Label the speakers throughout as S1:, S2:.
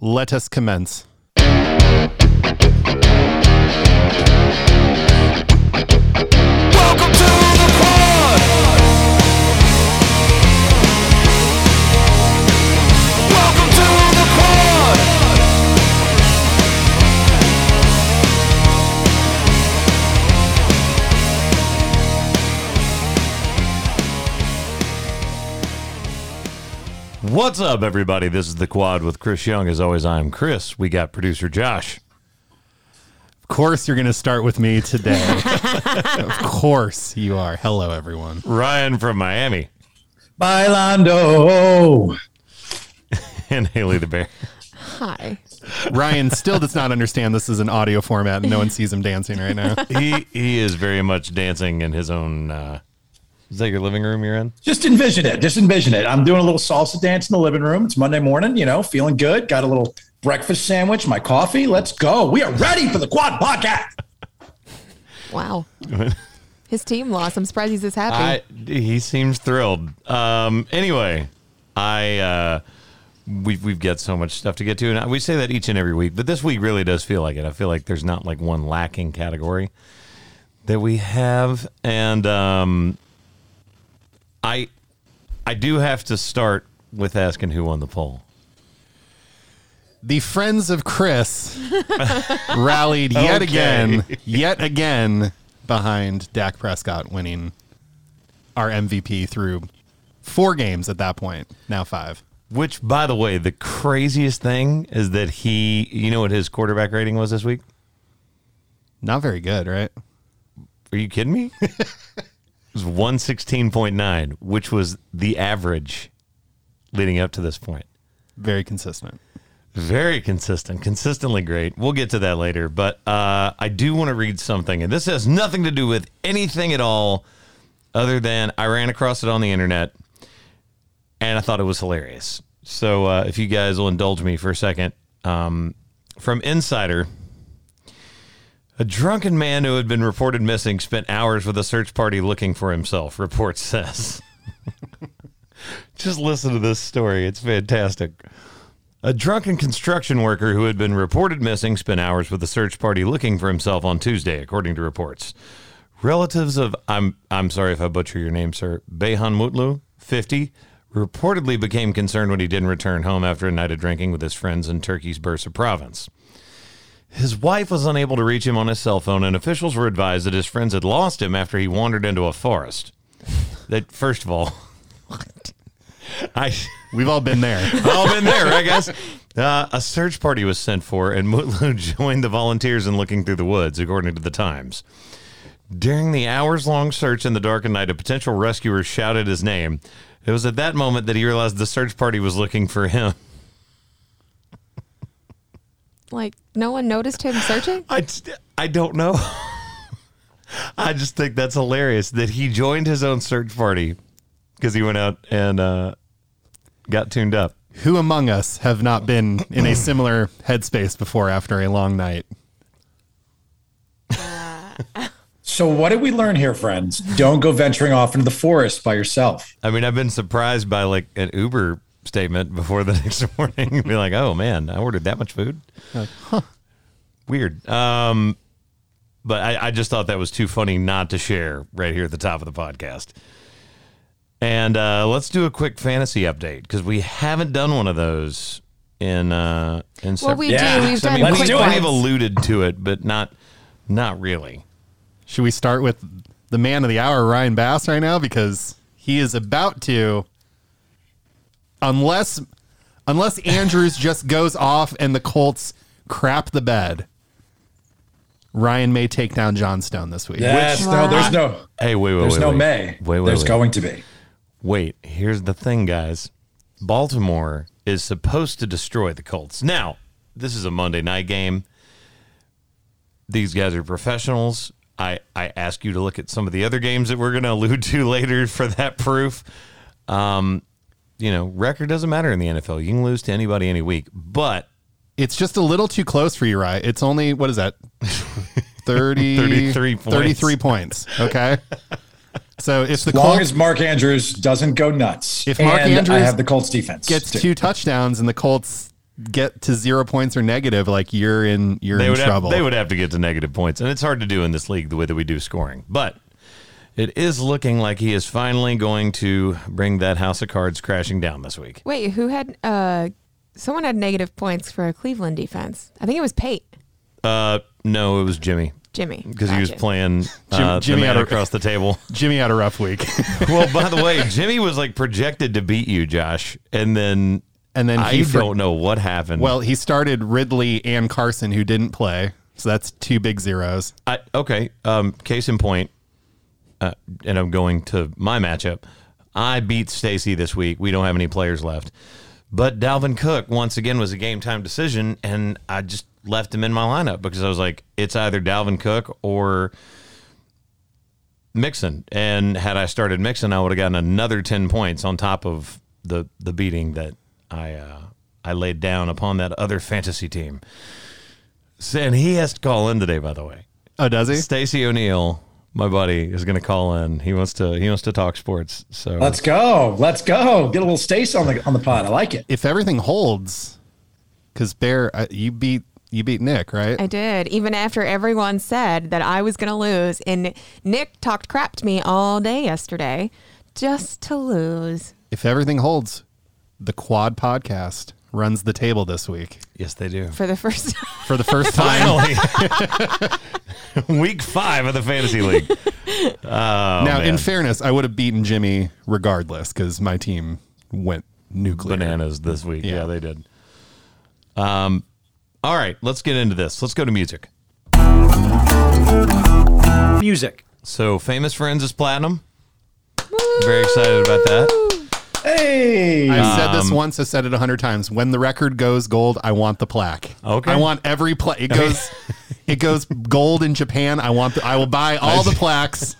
S1: Let us commence.
S2: Welcome to the pod. Welcome to the pod.
S3: What's up, everybody? This is the Quad with Chris Young. As always, I'm Chris. We got producer Josh.
S1: Of course, you're going to start with me today. of course, you are. Hello, everyone.
S3: Ryan from Miami
S4: Bailando.
S3: and Haley the Bear.
S5: Hi.
S1: Ryan still does not understand this is an audio format and no one sees him dancing right now.
S3: He he is very much dancing in his own. Uh, is that your living room you're in?
S4: Just envision it. Just envision it. I'm doing a little salsa dance in the living room. It's Monday morning, you know, feeling good. Got a little breakfast sandwich, my coffee. Let's go. We are ready for the quad podcast.
S5: Wow. His team lost. I'm surprised he's this happy.
S3: I he seems thrilled. Um, anyway, I uh, we've we've got so much stuff to get to, and we say that each and every week, but this week really does feel like it. I feel like there's not like one lacking category that we have, and um, I I do have to start with asking who won the poll.
S1: The friends of Chris rallied yet
S3: Okay.
S1: again, yet again behind Dak Prescott winning our MVP through four games at that point, now five.
S3: Which, by the way, the craziest thing is that he, you know what his quarterback rating was this week?
S1: Not very good, right?
S3: Are you kidding me? it was 116.9, which was the average leading up to this point.
S1: Very consistent.
S3: Very consistent, consistently great. We'll get to that later, but uh, I do want to read something, and this has nothing to do with anything at all other than I ran across it on the internet and I thought it was hilarious. So uh, if you guys will indulge me for a second, um, from Insider. A drunken man who had been reported missing spent hours with a search party looking for himself, report says. Just listen to this story. It's fantastic. A drunken construction worker who had been reported missing spent hours with a search party looking for himself on Tuesday, according to reports. Relatives of I'm I'm sorry if I butcher your name, sir. Behan Mutlu, 50, reportedly became concerned when he didn't return home after a night of drinking with his friends in Turkey's Bursa province. His wife was unable to reach him on his cell phone, and officials were advised that his friends had lost him after he wandered into a forest. That first of all, I
S1: We've all been there.
S3: all been there, I guess. Uh, a search party was sent for, and Mutlu joined the volunteers in looking through the woods, according to the Times. During the hours long search in the darkened night, a potential rescuer shouted his name. It was at that moment that he realized the search party was looking for him.
S5: like, no one noticed him searching?
S3: I, just- I don't know. I just think that's hilarious that he joined his own search party because he went out and uh, got tuned up.
S1: Who among us have not been in a similar headspace before after a long night?
S4: So, what did we learn here, friends? Don't go venturing off into the forest by yourself.
S3: I mean, I've been surprised by like an Uber statement before the next morning. Be like, oh man, I ordered that much food. Weird. Um, but I, I just thought that was too funny not to share right here at the top of the podcast. And uh, let's do a quick fantasy update because we haven't done one of those in uh, in
S5: Well,
S3: several.
S5: we
S4: Yeah.
S5: do. We've
S4: I
S5: done
S4: mean,
S3: we,
S4: let's
S5: quick
S4: do it.
S3: we've
S5: ones.
S3: alluded to it, but not not really.
S1: Should we start with the man of the hour, Ryan Bass, right now? Because he is about to, unless unless Andrews just goes off and the Colts crap the bed. Ryan may take down John Stone this week.
S4: Yes, no, there's no,
S3: Hey, wait, wait,
S4: there's
S3: wait,
S4: no
S3: wait.
S4: May.
S3: Wait, wait,
S4: there's
S3: wait.
S4: going to be.
S3: Wait, here's the thing, guys. Baltimore is supposed to destroy the Colts. Now, this is a Monday night game. These guys are professionals. I, I ask you to look at some of the other games that we're going to allude to later for that proof. Um, you know, record doesn't matter in the NFL. You can lose to anybody any week, but
S1: It's just a little too close for you, Ryan. It's only what is that? 30,
S3: 33 points.
S1: 33 points. Okay. So if the
S4: As long
S1: Colts
S4: as Mark Andrews doesn't go nuts.
S1: If Mark
S4: and I
S1: Andrews
S4: have the Colts defense.
S1: gets
S4: too.
S1: two touchdowns and the Colts get to zero points or negative, like you're in you're
S3: they
S1: in
S3: would
S1: trouble.
S3: Have, they would have to get to negative points, and it's hard to do in this league the way that we do scoring. But it is looking like he is finally going to bring that house of cards crashing down this week.
S5: Wait, who had uh someone had negative points for a Cleveland defense? I think it was Pate,
S3: Uh, no, it was Jimmy
S5: Jimmy.
S3: because he was
S5: Gotcha.
S3: playing uh,
S1: Jimmy
S3: the man
S1: had a-
S3: across the table.
S1: Jimmy had a rough week,
S3: well, by the way, Jimmy was like projected to beat you, Josh, and then
S1: and then
S3: I
S1: he for-
S3: don't know what happened.
S1: Well, he started Ridley and Carson, who didn't play, so that's two big zeros.
S3: I, okay. Um, case in point, uh, and I'm going to my matchup. I beat Stacy this week. We don't have any players left, but Dalvin Cook once again was a game time decision, and I just left him in my lineup because I was like, it's either Dalvin Cook or Mixon. And had I started Mixon, I would have gotten another ten points on top of the the beating that I uh, I laid down upon that other fantasy team. And he has to call in today, by the way.
S1: Oh, does he?
S3: Stacy O'Neill, my buddy, is going to call in. He wants to he wants to talk sports. So
S4: Let's go. Let's go. Get a little Stace on the on the pod. I like it.
S1: If everything holds, because Bear, uh, you beat you beat Nick, right?
S5: I did, even after everyone said that I was going to lose. And Nick talked crap to me all day yesterday just to lose.
S1: if everything holds, the Quad Podcast runs the table this week
S3: yes, they do.
S5: for the first time.
S1: for the first time.
S3: Finally, week five of the fantasy league.
S1: now, in
S3: man.
S1: fairness, I would have beaten Jimmy regardless because my team went nuclear.
S3: Bananas this week. Yeah.
S1: Yeah.
S3: they did. Um, all right, let's get into this. Let's go to music.
S6: Music.
S3: So, famous friends is platinum. Very excited about that.
S4: Hey.
S1: I've said this
S3: Um,
S1: once. I've said it a hundred times. When the record goes gold, I want the plaque.
S3: Okay.
S1: I want every plaque. It goes, it goes gold in Japan. I want. The, I will buy all the plaques.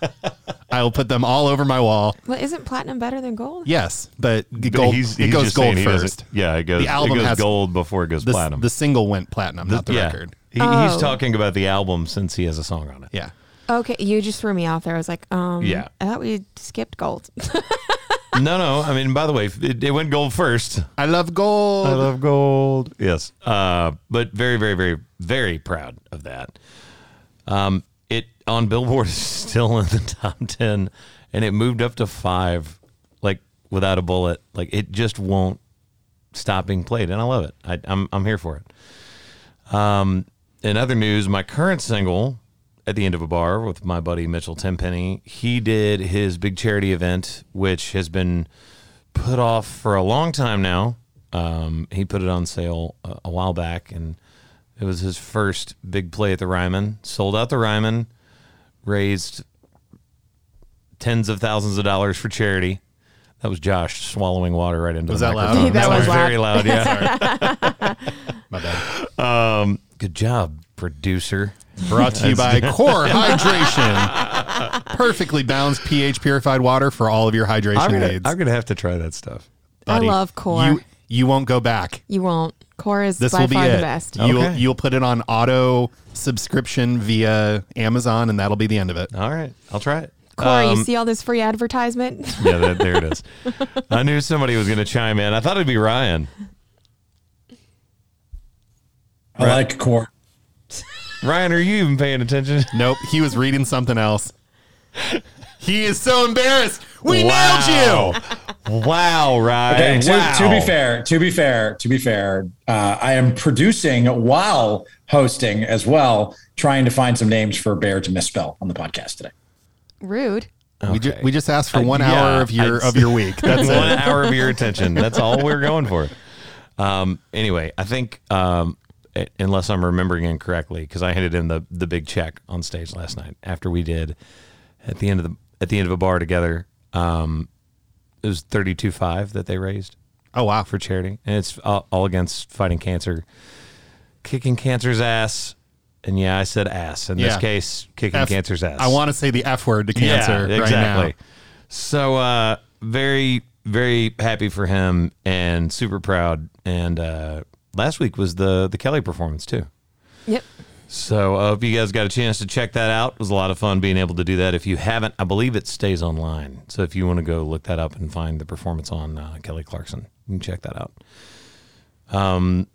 S1: I will put them all over my wall.
S5: Well, isn't platinum better than gold?
S1: Yes, but the gold. it goes
S3: just saying
S1: gold
S3: he doesn't-
S1: first.
S3: Yeah, it goes.
S1: The album
S3: it goes
S1: has-
S3: gold before it goes
S1: The,
S3: platinum.
S1: the single went platinum, not the
S3: yeah.
S1: record.
S3: He,
S5: Oh.
S3: He's talking about the album since he has a song on it.
S1: Yeah.
S5: Okay, you just threw me off there. I was like, um,
S3: Yeah.
S5: I thought we skipped gold.
S3: No, no. I mean, by the way, it, it went gold first.
S1: I love gold.
S3: I love gold. Yes. Uh, but very, very, very, very proud of that. Um, it on Billboard is still in the top ten, and it moved up to five, like without a bullet. Like it just won't stop being played, and I love it. I, I'm I'm here for it. Um, in other news, my current single, "At the End of a Bar," with my buddy Mitchell Tenpenny, he did his big charity event, which has been put off for a long time now. Um, he put it on sale a, a while back, and it was his first big play at the Ryman. Sold out the Ryman, raised tens of thousands of dollars for charity. That was Josh swallowing water right into
S1: Was
S3: the
S1: that loud?
S3: microphone.
S5: That was loud.
S3: very loud. Yeah. Um,
S1: My bad.
S3: Good job, producer.
S1: Brought to you by Core Hydration. Perfectly balanced pH purified water for all of your hydration needs.
S3: gonna have to try that stuff.
S5: I
S1: buddy.
S5: love core.
S1: You,
S5: You,
S1: you won't go back.
S5: won't. Core is
S1: This
S5: by
S1: will be
S5: far
S1: it.
S5: the best.
S1: You'll
S3: Okay.
S1: you'll put it on auto subscription via Amazon, and that'll be the end of it.
S3: All right, I'll try it.
S5: Core,
S3: Um,
S5: you see all this free advertisement?
S3: yeah, that, there it is. I knew somebody was gonna chime in. I thought it'd be Ryan.
S4: I like core.
S3: Ryan, are you even paying attention?
S1: Nope, he was reading something else. He is so embarrassed. We nailed you.
S3: Wow, Ryan.
S4: Okay, to,
S3: wow.
S4: to be fair, to be fair, to be fair, uh, I am producing while hosting as well, trying to find some names for Bear to misspell on the podcast today.
S5: Rude.
S1: We, ju- we just
S5: Uh,
S1: asked for one
S3: yeah,
S1: hour of your
S3: I-
S1: of your week. That's
S3: one
S1: it.
S3: hour of your attention. That's all we're going for. Um, anyway, I think um, eh, unless I'm remembering incorrectly, because I handed him the the big check on stage last night after we did at the end of the at the end of a bar together. Um, it was thirty two five that they raised
S1: Oh wow,
S3: for charity, and it's all, all against fighting cancer, kicking cancer's ass. And yeah, I said ass in this
S1: Yeah.
S3: case, kicking
S1: F-
S3: cancer's ass.
S1: I want to say the F word to cancer right now.
S3: So uh, very very happy for him and super proud. And uh, last week was the the Kelly performance too.
S5: Yep.
S3: So I hope you guys got a chance to check that out. It was a lot of fun being able to do that. If you haven't, I believe it stays online. So if you want to go look that up and find the performance on uh, Kelly Clarkson, you can check that out. Um,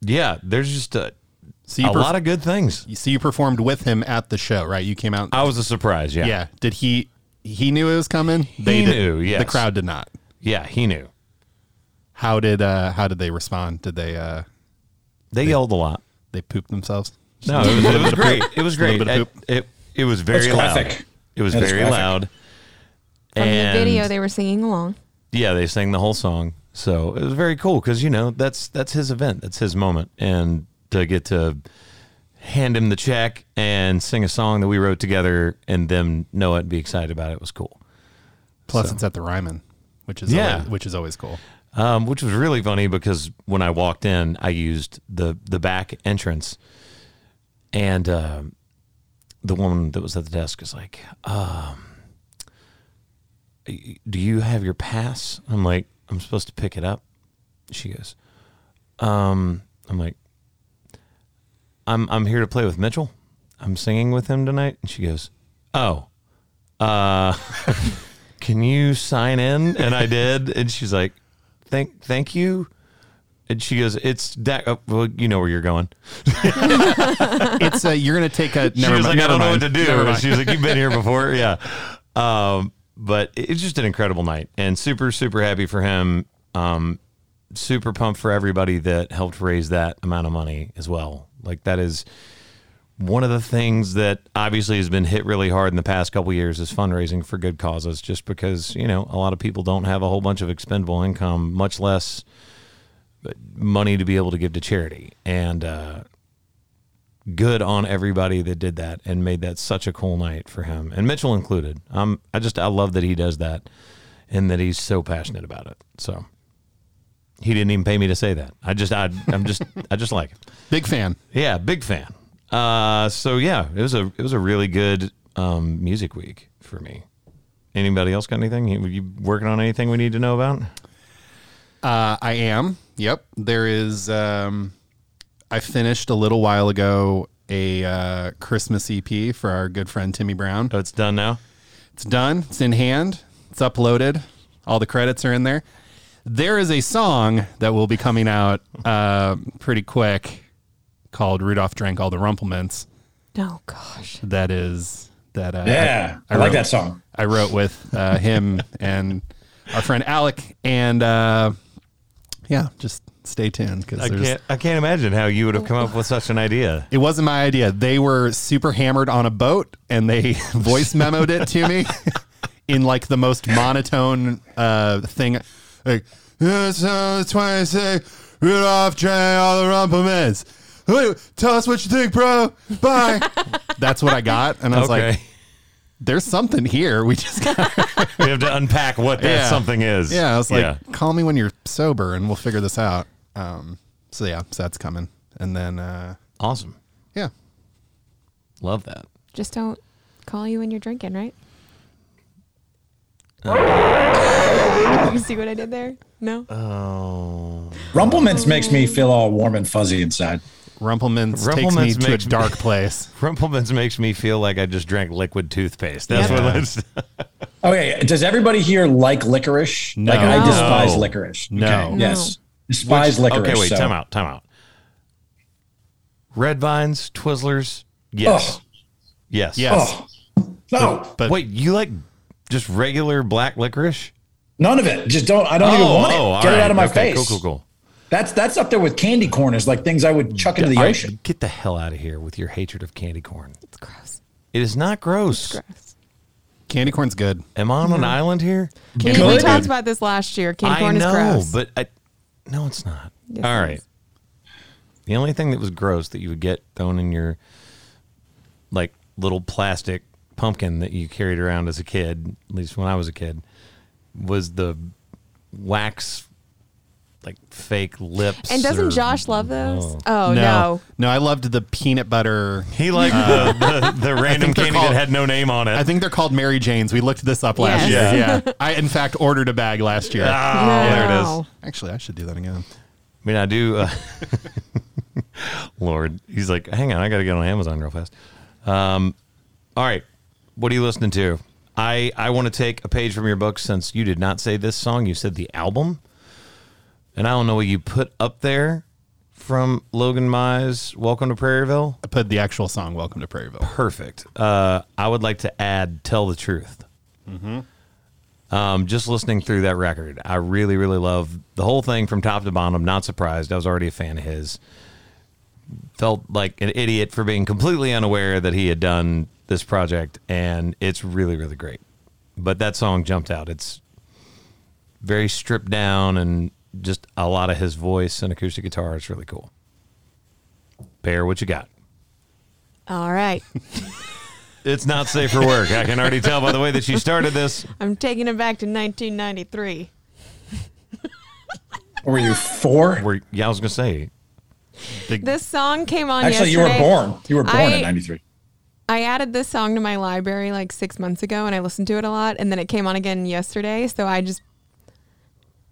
S3: Yeah, there's just a,
S1: So
S3: a
S1: you, perf-
S3: lot of good things.
S1: so you performed with him at the show, right? You came out.
S3: I was a surprise. Yeah.
S1: yeah. Did he? He knew it was coming. They did.
S3: knew, yes.
S1: The crowd did not.
S3: Yeah, he knew.
S1: How did uh how did they respond? Did they uh
S3: They yelled a lot.
S1: they poop themselves?
S3: No, it was, it was great. It was great.
S1: bit of
S3: It,
S1: poop.
S3: it, it was very
S4: That's graphic.
S3: loud. It was
S4: That is
S3: very
S4: graphic.
S3: loud.
S5: From
S3: and
S5: the video, they were singing along.
S3: yeah, they sang the whole song. So it was very cool because you know that's that's his event, that's his moment, and to get to hand him the check and sing a song that we wrote together, and them know it and be excited about it was cool.
S1: Plus, it's at the Ryman, which is
S3: Yeah.
S1: always, which is always cool.
S3: um, which was really funny because when I walked in, I used the the back entrance, and um the woman that was at the desk was like, um, "Do you have your pass?" I'm like, "I'm supposed to pick it up." She goes, um, "I'm like, I'm I'm here to play with Mitchell. I'm singing with him tonight." And she goes, "Oh." Uh, can you sign in? And I did. And she's like, thank, thank you. And she goes, it's that, oh, well, you know where you're going.
S1: It's uh, you're gonna take a
S3: she
S1: never,
S3: was
S1: mi-
S3: like, I
S1: never
S3: don't
S1: mind.
S3: know what to do.
S1: Never mind.
S3: She was like, you've been here before. Yeah. Um, but it- it's just an incredible night and super, super happy for him. Um, super pumped for everybody that helped raise that amount of money as well. Like that is one of the things that obviously has been hit really hard in the past couple years is fundraising for good causes, just because, you know, a lot of people don't have a whole bunch of expendable income, much less money to be able to give to charity. And, uh, good on everybody that did that and made that such a cool night for him and Mitchell included. Um, I just I love that he does that and that he's so passionate about it. So he didn't even pay me to say that. I just I I'm just I just like it.
S1: Big fan.
S3: Yeah, big fan. Uh, so yeah, it was a it was a really good um, music week for me. Anybody else got anything? You, you working on anything we need to know about?
S1: Uh, I am. Yep. There is. Um, I finished a little while ago a uh, Christmas EP for our good friend Timmy Brown.
S3: Oh, it's done now.
S1: It's done. It's in hand. It's uploaded. All the credits are in there. There is a song that will be coming out uh, pretty quick called "Rudolph Drank All the Rumplements."
S5: Oh gosh.
S1: That is that. Uh,
S4: Yeah, I,
S1: I
S4: like
S1: wrote-
S4: that song.
S1: I wrote with uh, him and our friend Alec, and uh, yeah, just stay tuned
S3: I
S1: because
S3: can't I can't imagine how you would have come up with such an idea.
S1: it wasn't my idea. They were super hammered on a boat, and they voice memoed it to me in like the most monotone uh, thing, like uh, "This is twenty six Rudolph Train all the rumplements. Hey, Tell us what you think, bro. Bye. That's what I got, and I was
S3: Okay,
S1: like, "There's something here. We just got
S3: we have to unpack what that
S1: Yeah.
S3: something is.
S1: Yeah, I was like, call me when you're sober and we'll figure this out. Um, so yeah, so that's coming. And then uh,
S3: awesome,
S1: yeah,
S3: love that.
S5: Just don't call you when you're drinking, right?
S3: Uh.
S5: you see what I did there? No.
S4: Rumplements makes
S3: Oh.
S4: me feel all warm and fuzzy inside.
S1: Rumplements, takes me
S3: Rumplements
S1: to a
S3: makes me-
S1: dark place.
S3: Rumplemans makes me feel like I just drank liquid toothpaste. That's
S5: Yep.
S3: what that's
S4: Okay, does everybody here like licorice? Like
S1: No.
S4: I despise
S3: No.
S4: licorice.
S1: No.
S4: Okay,
S1: No.
S4: Yes. Despise licorice.
S3: Okay, wait,
S4: so-
S3: time out, time out. Red vines, Twizzlers, yes,
S4: Ugh.
S3: yes,
S1: Yes,
S4: Oh, no,
S1: but
S3: Wait, you like just regular black licorice?
S4: none of it. Just don't. I don't even want
S3: Oh, all
S4: it. Get
S3: right.
S4: it out of my
S3: Okay,
S4: face.
S3: Cool, cool, cool.
S4: That's that's up there with candy corn. Is like things I would chuck into the
S3: All right,
S4: ocean.
S3: get the hell out of here with your hatred of candy corn.
S5: It's gross.
S3: It is not gross.
S5: Gross.
S1: candy corn's good.
S3: Am I on an island here?
S5: We,
S1: Candy
S5: we
S1: corn.
S5: talked about this last year. Candy corn
S3: I know,
S5: is gross.
S3: but I, no, it's not.
S5: Yes,
S3: All
S5: it
S3: right.
S5: is.
S3: The only thing that was gross that you would get thrown in your like little plastic pumpkin that you carried around as a kid, at least when I was a kid, was the wax like fake lips.
S5: and doesn't
S3: or-
S5: Josh love those?
S3: No.
S5: Oh no.
S1: no, no, I loved the peanut butter.
S3: He liked the, the, the random
S1: they're
S3: candy
S1: called-
S3: that had no name on it.
S1: I think they're called Mary Janes. We looked this up last
S5: Yes.
S1: year. Yeah, I in fact ordered a bag last year.
S3: Ah, there it is.
S5: No.
S1: Actually, I should do that again.
S3: I mean, I do. Uh, Lord, he's like, hang on, I got to get on Amazon real fast. Um, all right, what are you listening to? I I want to take a page from your book since you did not say this song. You said the album, and I don't know what you put up there from Logan Mize, Welcome to Prairieville?
S1: I put the actual song "Welcome to Prairieville."
S3: Perfect. Uh, I would like to add "Tell the Truth." Um, just listening through that record, I really, really love the whole thing from top to bottom. Not surprised. I was already a fan of his. Felt like an idiot for being completely unaware that he had done this project, and it's really, really great. But that song jumped out. It's very stripped down and just a lot of his voice and acoustic guitar. It's really cool. Bear, what you got?
S5: All right.
S3: It's not safe for work. I can already tell by the way that she started this.
S5: I'm taking it back to 1993.
S4: Were you four?
S3: Where yeah, I was gonna say
S5: This song came on
S4: Actually, you were
S5: yesterday.
S4: born. You were born
S5: I-
S4: in '93.
S5: I added this song to my library like six months ago and I listened to it a lot and then it came on again yesterday. So I just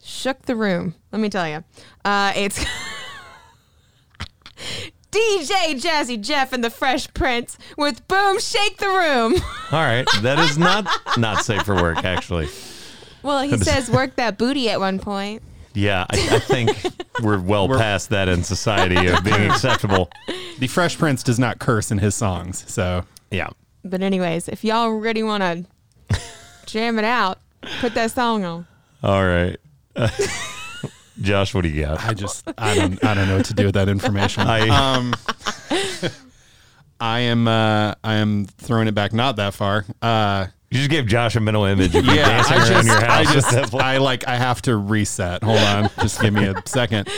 S5: shook the room. Let me tell you. Uh, it's DJ Jazzy Jeff and the Fresh Prince with Boom Shake the Room.
S3: All right, that is not not safe for work. Actually,
S5: Well, he says work that booty at one point.
S3: yeah, I, I think we're well past that in society of being acceptable.
S1: The Fresh Prince does not curse in his songs, so
S3: Yeah,
S5: But, anyways, if y'all really want to jam it out, put that song on.
S3: all right. Josh, what do you got?
S1: I just I don't I don't know what to do with that information.
S3: I-
S1: um, I am uh, I am throwing it back not that far. Uh,
S3: You just gave Josh a mental image of you
S1: yeah, I
S3: dancing around
S1: just,
S3: your
S1: I
S3: house.
S1: just- I, like I have to reset. Hold on, just give me a second.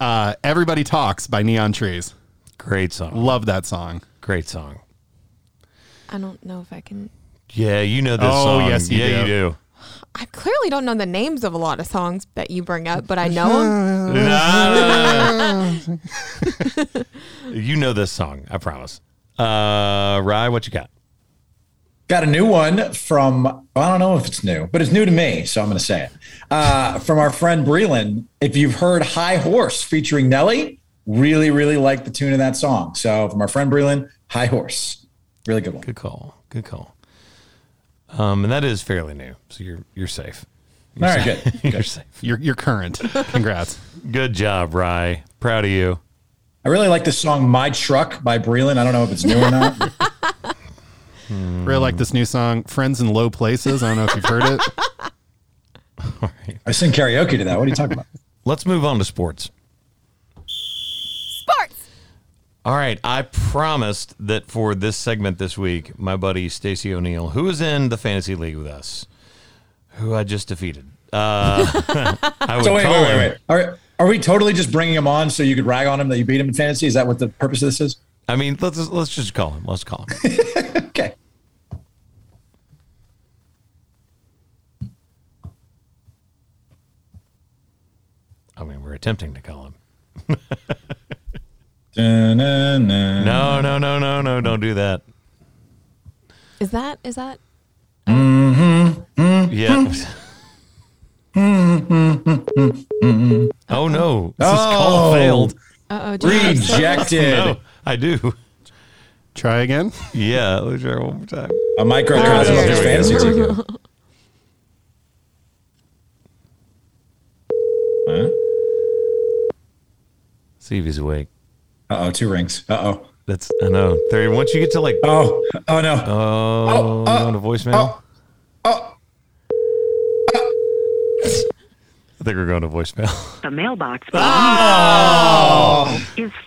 S1: Uh, Everybody talks by Neon Trees.
S3: Great song.
S1: Love that song.
S3: Great song.
S5: I don't know if I can.
S3: Yeah, you know this
S1: Oh,
S3: song.
S1: yes, you
S3: yeah,
S1: do.
S3: you do.
S5: I clearly don't know the names of a lot of songs that you bring up, but I know them.
S3: you know this song. I promise. Uh, Rye, what you got?
S4: Got a new one from, I don't know if it's new, but it's new to me. So I'm going to say it. Uh, from our friend Breland. If you've heard High Horse featuring Nelly, really, really like the tune of that song. So from our friend Breland, High Horse. Really good one.
S3: Good call. Good call. Um, and that is fairly new, so you're you're safe.
S4: All right, good.
S3: You're safe.
S1: You're you're current. Congrats.
S3: Good job, Rye. Proud of you.
S4: I really like the song My Truck by Breland. I don't know if it's new or not.
S1: Really like this new song, Friends in Low Places. I don't know if you've heard it.
S4: I sing karaoke to that. What are you talking about?
S3: Let's move on to sports.
S5: Sports.
S3: All right, I promised that for this segment this week, my buddy Stacy O'Neill, who is in the fantasy league with us, who I just defeated. Uh, I would
S4: So wait,
S3: call
S4: wait, wait,
S3: him.
S4: wait. Are, are we totally just bringing him on so you could rag on him that you beat him in fantasy? Is that what the purpose of this is?
S3: I mean, let's let's just call him. Let's call him.
S4: Okay.
S3: I mean, we're attempting to call him.
S4: Dun-dun-dun.
S3: No, no, no, no, no! Don't do that.
S5: Is that is that
S3: Yeah. oh no! This call
S4: Oh.
S3: failed.
S5: uh oh
S4: Rejected.
S3: No, I do.
S1: Try again.
S3: Yeah, let's try one more time.
S4: A microcosm
S5: Oh,
S4: of his
S5: there
S4: fantasy
S3: There we
S4: team.
S3: go. See if he's awake.
S4: Uh oh, two rings. Uh oh.
S3: That's I know. There. Once you get to like
S4: Oh, oh no.
S3: oh, on a voicemail. I think we're going to voicemail.
S6: The mailbox is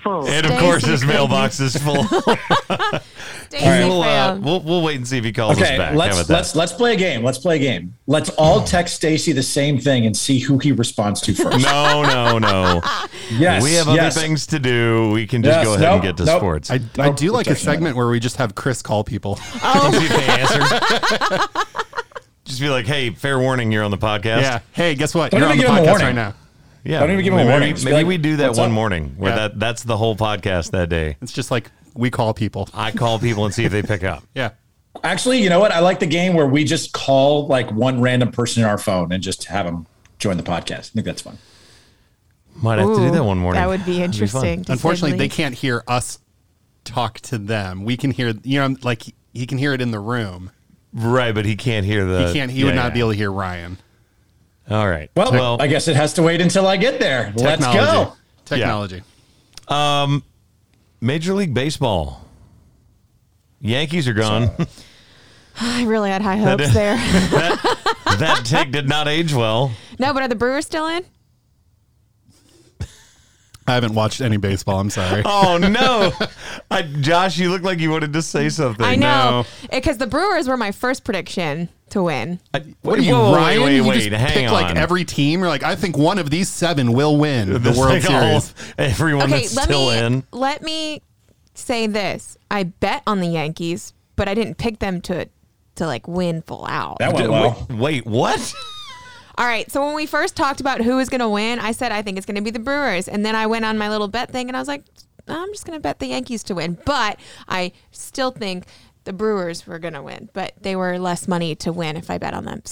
S6: full.
S3: And
S5: of
S3: of
S5: Stacy
S3: course,
S5: course his
S3: his
S5: couldn't.
S3: mailbox
S5: mailbox
S3: is full.
S5: Daisy
S3: we'll, uh,
S5: failed.
S3: we'll we'll wait and see if he calls us
S4: okay,
S3: back. How
S4: let's
S3: about that? Hmm.
S4: let's let's play a game. Let's play a game. Let's all text Stacy the same thing and see who he responds to first.
S3: No, no, no.
S4: Yes,
S3: we have other
S4: yes.
S3: things to do. We can just
S4: Yes,
S3: go ahead and get
S4: nope,
S3: to
S4: nope.
S3: sports.
S1: I, I do like a
S4: protection on
S1: segment where we just have Chris call people.
S5: Oh.
S3: And see if they answer. just be like, hey, fair warning, you're on the podcast.
S1: Yeah. Hey, guess what?
S4: Don't
S1: You're on the
S4: even give him a
S1: podcast
S4: warning.
S1: right now.
S3: yeah.
S4: Don't even give 'em a
S3: maybe,
S4: warning.
S3: Maybe,
S4: Just be like,
S3: we do that
S4: "What's
S3: one
S4: up?"
S3: morning where
S1: Yeah.
S3: that that's the whole podcast that day.
S1: It's just like we call people.
S3: I call people and see if they pick up.
S1: Yeah.
S4: Actually, you know what? I like the game where we just call like one random person in our phone and just have them join the podcast. I think that's fun.
S3: Might have to do
S5: Ooh,
S3: that one morning.
S5: That would be
S3: That'd fun.
S5: interesting. to say the
S1: Unfortunately, they
S5: least.
S1: can't hear us talk to them. We can hear, you know, like he can hear it in the room.
S3: right, but he can't hear the.
S1: He can't. He
S3: yeah,
S1: would not
S3: yeah.
S1: be able to hear Ryan.
S3: All right.
S4: Well,
S3: well
S4: I guess it has to wait until I get there. Let's
S1: Technology.
S4: go.
S1: Technology.
S3: Major League Baseball. Yankees are gone.
S5: I really had high hopes there.
S3: that take did not age well.
S5: no, but are the Brewers still in?
S1: I haven't watched any baseball. I'm sorry.
S3: Oh no, I, Josh, you look like you wanted to say something.
S5: I know
S3: No.
S5: because the Brewers were my first prediction to win.
S3: I,
S1: What are you,
S3: whoa,
S1: Ryan?
S3: Wait, wait,
S1: you
S3: wait.
S1: just
S3: hang
S1: pick
S3: on.
S1: like every team. You're like, I think one of these seven will win the,
S3: This
S1: World
S3: thing, all-
S1: Series.
S3: everyone
S5: Okay,
S3: that's
S5: let
S3: still
S5: me
S3: in.
S5: let me say this. I bet on the Yankees, but I didn't pick them to to like win full out.
S4: That went well.
S3: Wait, wait, what?
S5: All right. So when we first talked about who was going to win, I said I think it's going to be the Brewers, and then I went on my little bet thing, and I was like, I'm just going to bet the Yankees to win, but I still think the Brewers were going to win, but they were less money to win if I bet on them.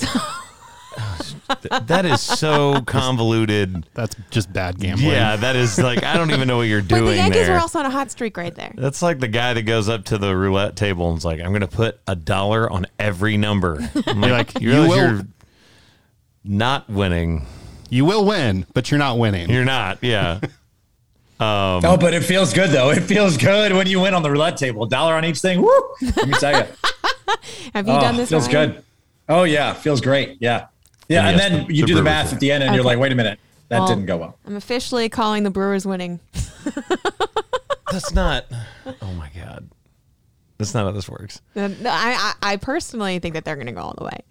S5: So
S3: Th- that is so convoluted.
S1: That's just bad gambling.
S3: Yeah, that is like I don't even know what you're
S5: but
S3: doing
S5: the Yankees
S3: there.
S5: were also on a hot streak right there.
S3: That's like the guy that goes up to the roulette table and's like, "I'm going to put a dollar on every number." I'm
S1: You're
S3: like,
S1: like,
S3: "You
S1: you
S3: realize
S1: will-
S3: you're not winning.
S1: You will win, but you're not winning.
S3: You're not. Yeah,
S4: No, but it feels good though. It feels good when you win on the roulette table. Dollar on each thing. Woo! Let me tell you.
S5: Have you done this?
S4: feels
S5: Ryan?
S4: good. Oh yeah, feels great. Yeah, yeah.
S3: And
S4: And,
S3: yes,
S4: then
S3: the-
S4: you
S3: the
S4: do the
S3: Brewers
S4: math
S3: win.
S4: at the end, and you're
S5: Okay.
S4: like, wait a minute, that
S5: Well,
S4: didn't go well.
S5: I'm officially calling the Brewers winning.
S3: that's not. Oh my god, that's not how this works.
S5: No, I, I I personally think that they're going to go all the way.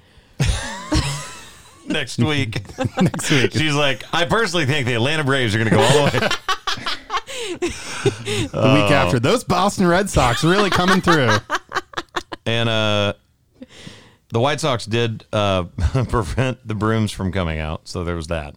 S3: Next week, next week, she's like, "I personally think the Atlanta Braves are going to go all the way."
S1: The week after, those Boston Red Sox really coming through.
S3: And uh, the White Sox did uh, prevent the brooms from coming out, so there was that.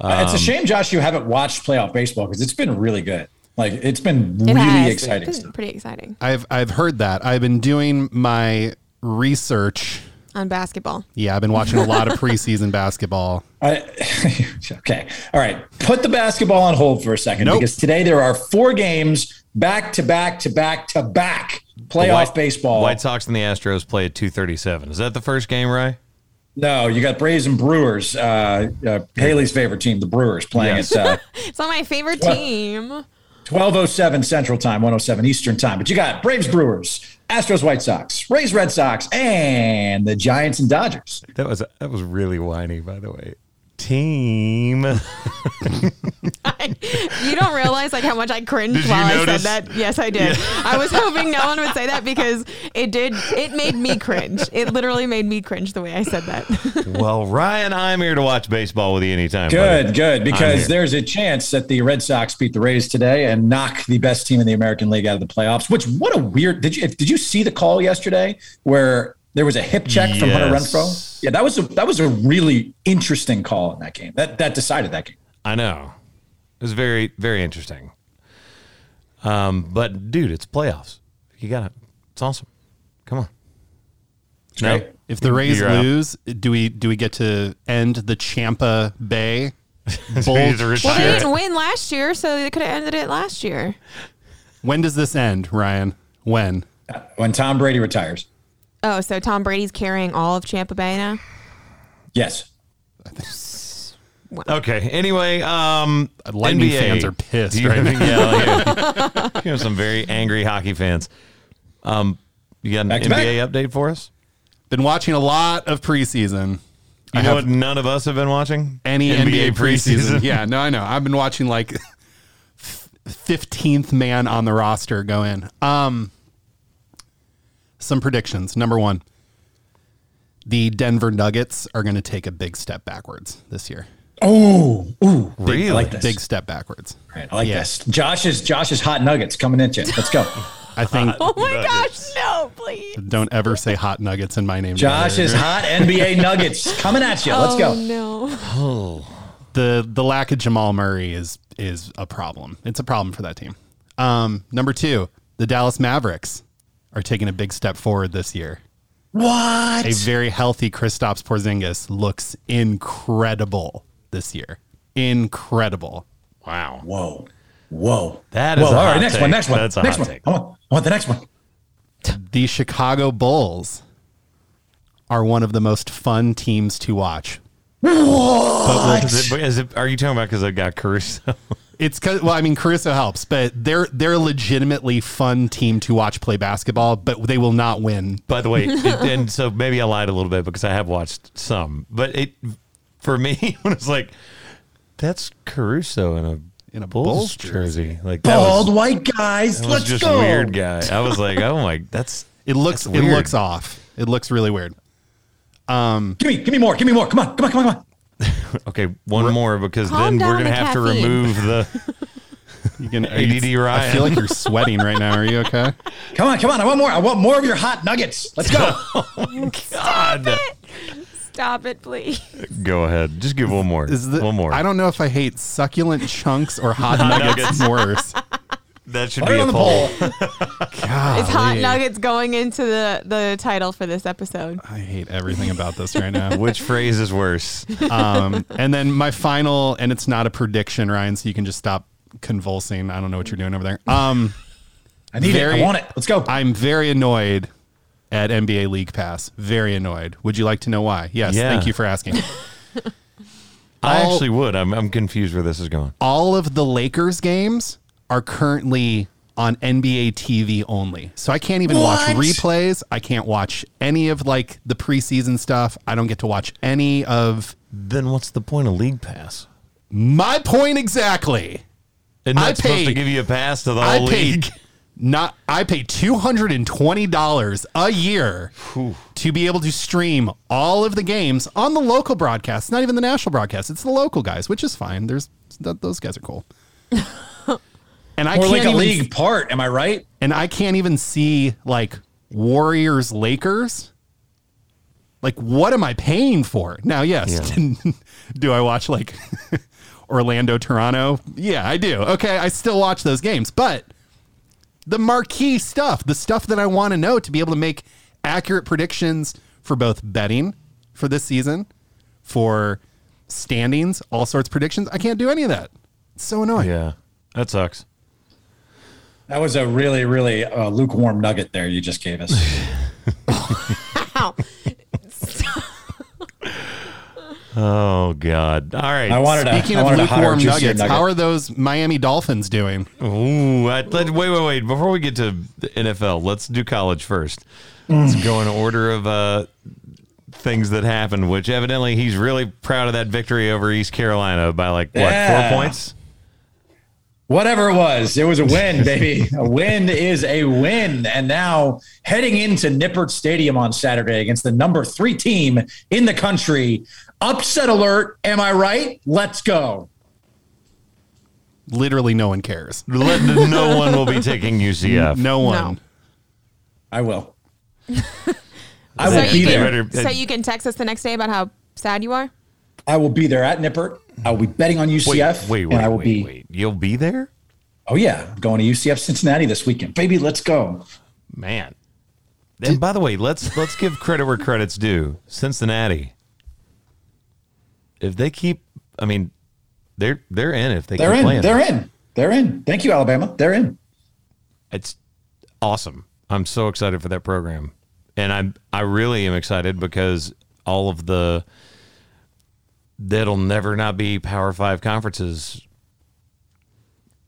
S4: Uh, it's
S3: um,
S4: a shame, Josh, you haven't watched playoff baseball because it's been really good. Like it's been really
S5: has.
S4: exciting.
S5: It's
S4: stuff.
S5: been pretty exciting
S1: I've I've heard that. I've been doing my research.
S5: on basketball.
S1: Yeah, I've been watching a lot of preseason basketball.
S4: I, okay. All right. Put the basketball on hold for a second
S1: Nope.
S4: because today there are four games back to back to back to back playoff
S3: White-
S4: baseball.
S3: White Sox and the Astros play at two thirty-seven. Is that the first game, Ray?
S4: no, you got Braves and Brewers. Uh, uh, Haley's favorite team, the Brewers, playing
S3: Yes.
S4: at uh,
S5: It's not my favorite team.
S4: 1207 Central Time, 107 Eastern Time. But you got Braves, Brewers, Astros, White Sox, Rays, Red Sox, and the Giants and Dodgers.
S3: That was that was really whiny, by the way. Team.
S5: you don't realize like how much I cringed
S3: Did you
S5: while I
S3: notice?
S5: said that. Yes, I did. I was hoping no one would say that because it did. It made me cringe. It literally made me cringe the way I said that.
S3: well, Ryan, I'm here to watch baseball with you anytime.
S4: Good,
S3: buddy.
S4: good.
S3: I'm here.
S4: Because there's a chance that the Red Sox beat the Rays today and knock the best team in the American League out of the playoffs. Which, what a weird. Did you if- did you see the call yesterday where there was a hip check from Hunter
S3: Yes.
S4: Renfro? Yeah, that was a that was a really interesting call in that game. That that decided that game.
S3: I know. It was very very interesting. Um, but dude, it's playoffs. You got to It's awesome. Come on. No.
S4: Right?
S1: If the Rays
S3: You're out.
S1: lose, do we do we get to end the Champa Bay?
S3: He's a rich
S5: well, they
S3: shit.
S5: didn't win last year, so they could have ended it last year.
S1: When does this end, Ryan? When?
S4: When Tom Brady retires,
S5: Oh, so Tom Brady's carrying all of Champa Bay now.
S4: yes.
S3: Okay. Anyway, um,
S1: Lightning
S3: NBA.
S1: fans are pissed
S3: Do you-
S1: right now.
S3: yeah, yeah. you know, some very angry hockey fans. Um, you got an
S4: Back to back.
S3: NBA update for us?
S1: Been watching a lot of preseason.
S3: You
S1: I
S3: know
S1: have
S3: what? None of us have been watching
S1: any NBA, preseason. yeah, no, I know. I've been watching like fifteenth man on the roster go in. Um, some predictions. Number one, the Denver Nuggets are going to take a big step backwards this year.
S4: Oh, ooh,
S3: Really?
S4: I like this.
S1: Big step backwards.
S4: Right, I like
S1: Yeah.
S4: this. Josh's Josh's hot nuggets coming at you. Let's go.
S1: I think.
S5: Oh my
S3: Nuggets.
S5: gosh! No, please.
S1: Don't ever say hot nuggets in my name.
S4: Josh
S1: together.
S4: is hot NBA nuggets coming at you. Let's
S5: Oh
S4: go.
S5: no.
S1: the the lack of Jamal Murray is is a problem. It's a problem for that team. Um, number two, the Dallas Mavericks are taking a big step forward this year.
S4: What?
S1: A very healthy Kristaps Porzingis looks incredible this year. Incredible.
S3: Wow.
S4: Whoa. Whoa.
S3: That is
S4: Whoa.
S3: a
S4: all
S3: hot
S4: right, next
S3: take.
S4: one, next one.
S3: That's a
S4: next
S3: hot
S4: one.
S3: take.
S4: I want, I want the next one.
S1: The Chicago Bulls are one of the most fun teams to watch.
S3: Is it, is it, are you talking about because I got Caruso?
S1: It's cause well, I mean, Caruso helps, but they're they're a legitimately fun team to watch play basketball, but they will not win.
S3: By the way, it, and so maybe I lied a little bit because I have watched some, but it for me when it's like that's Caruso in a
S1: In a
S3: Bulls,
S1: Bulls
S3: jersey. like that was,
S4: Bald white guys,
S3: that was
S4: let's
S3: just
S4: go.
S3: weird guy. I was like, oh my, that's
S1: It looks
S3: That's
S1: it
S3: weird.
S1: looks off. It looks really weird.
S4: Give me, give me more, give me more. Come on, come on, come on, come on.
S3: okay. One more because
S5: Calm
S3: then we're
S5: down
S3: gonna
S5: the
S3: have to
S5: caffeine.
S3: remove the.
S1: You can
S3: ADD Ryan.
S1: I feel like you're sweating right now. Are you okay?
S4: Come on, come on. I want more. I want more of your hot nuggets. Let's go.
S3: God,
S5: Stop it, please.
S3: go ahead. Just give one more.
S1: Is the,
S3: one more.
S1: I don't know if I hate succulent chunks or hot nuggets worse.
S3: That should
S4: Put it
S3: be
S4: on
S3: a
S4: the
S3: poll.
S4: poll.
S5: It's hot nuggets going into the, the title for this episode.
S1: I hate everything about this right now.
S3: Which phrase is worse?
S1: Um, and then my final, and it's not a prediction, Ryan. So you can just stop convulsing. I don't know what you're doing over there. Um,
S4: I need
S1: Very-
S4: it. I want it. Let's go.
S1: I'm very annoyed at NBA League Pass. Very annoyed. Would you like to know why? Yes.
S3: Yeah.
S1: Thank you for asking.
S3: I
S1: All-
S3: actually would. I'm, I'm confused where this is going.
S1: all of the Lakers games are currently on NBA TV only. So I can't even watch
S4: What?
S1: replays. I can't watch any of like the preseason stuff. I don't get to watch any of
S3: Then what's the point of league pass?
S1: my point exactly.
S3: And
S1: I
S3: that's supposed to
S1: paid-
S3: give you a pass to the
S1: I
S3: whole
S1: paid
S3: league.
S1: not I pay $220 a year to be able to stream all of the games on the local broadcast, not even the national broadcast. It's the local guys, which is fine. There's th- those guys are cool. and I
S4: More
S1: can't
S4: like a
S1: even
S4: league part. Am I right?
S1: and I can't even see like Warriors Lakers. Like, what am I paying for? Now, yes, do I watch like Orlando Toronto? Yeah, I do. Okay, I still watch those games, but the marquee stuff, the stuff that I want to know to be able to make accurate predictions for both betting for this season, for standings, all sorts of predictions, I can't do any of that. It's so annoying.
S3: Yeah, that sucks.
S4: That was a really, really uh, lukewarm nugget there you just gave us.
S5: Ow.
S3: Oh God! All right.
S4: I wanted a,
S1: Speaking
S4: I
S1: of
S4: wanted a hotter,
S1: lukewarm
S4: juicier
S1: nuggets,
S4: nugget.
S1: how are those Miami Dolphins doing?
S3: Ooh, I, let, wait, wait, wait! Before we get to the NFL, let's do college first. Let's go in order of uh, things that happened. Which evidently he's really proud of that victory over East Carolina by like what
S4: Yeah.
S3: four points?
S4: Whatever it was, it was a win, baby. a win is a win. And now heading into Nippert Stadium on Saturday against the number three team in the country. Upset alert. Am I right? Let's go.
S1: Literally, no one cares.
S3: Let, no one will be taking UCF.
S1: No one.
S4: I will. I
S5: So
S4: will be
S5: you,
S4: there.
S5: can,
S3: Better-
S5: so you can text us the next day about how sad you are?
S4: I will be there at Nippert. I will be betting on
S3: Wait,
S4: UCF.
S3: wait, wait,
S4: and I will
S3: wait,
S4: be.
S3: wait! You'll be there,
S4: Oh yeah, I'm going to UCF Cincinnati this weekend, baby. Let's go.
S3: man. And by the way, let's let's give credit where credits due. Cincinnati, if they keep, I mean, they're they're in. If they
S4: They're
S3: keep
S4: in.
S3: playing,
S4: They're in. They're in. Thank you, Alabama. They're in.
S3: it's awesome. I'm so excited for that program, and I'm I really am excited because all of the that'll never not be Power Five conferences.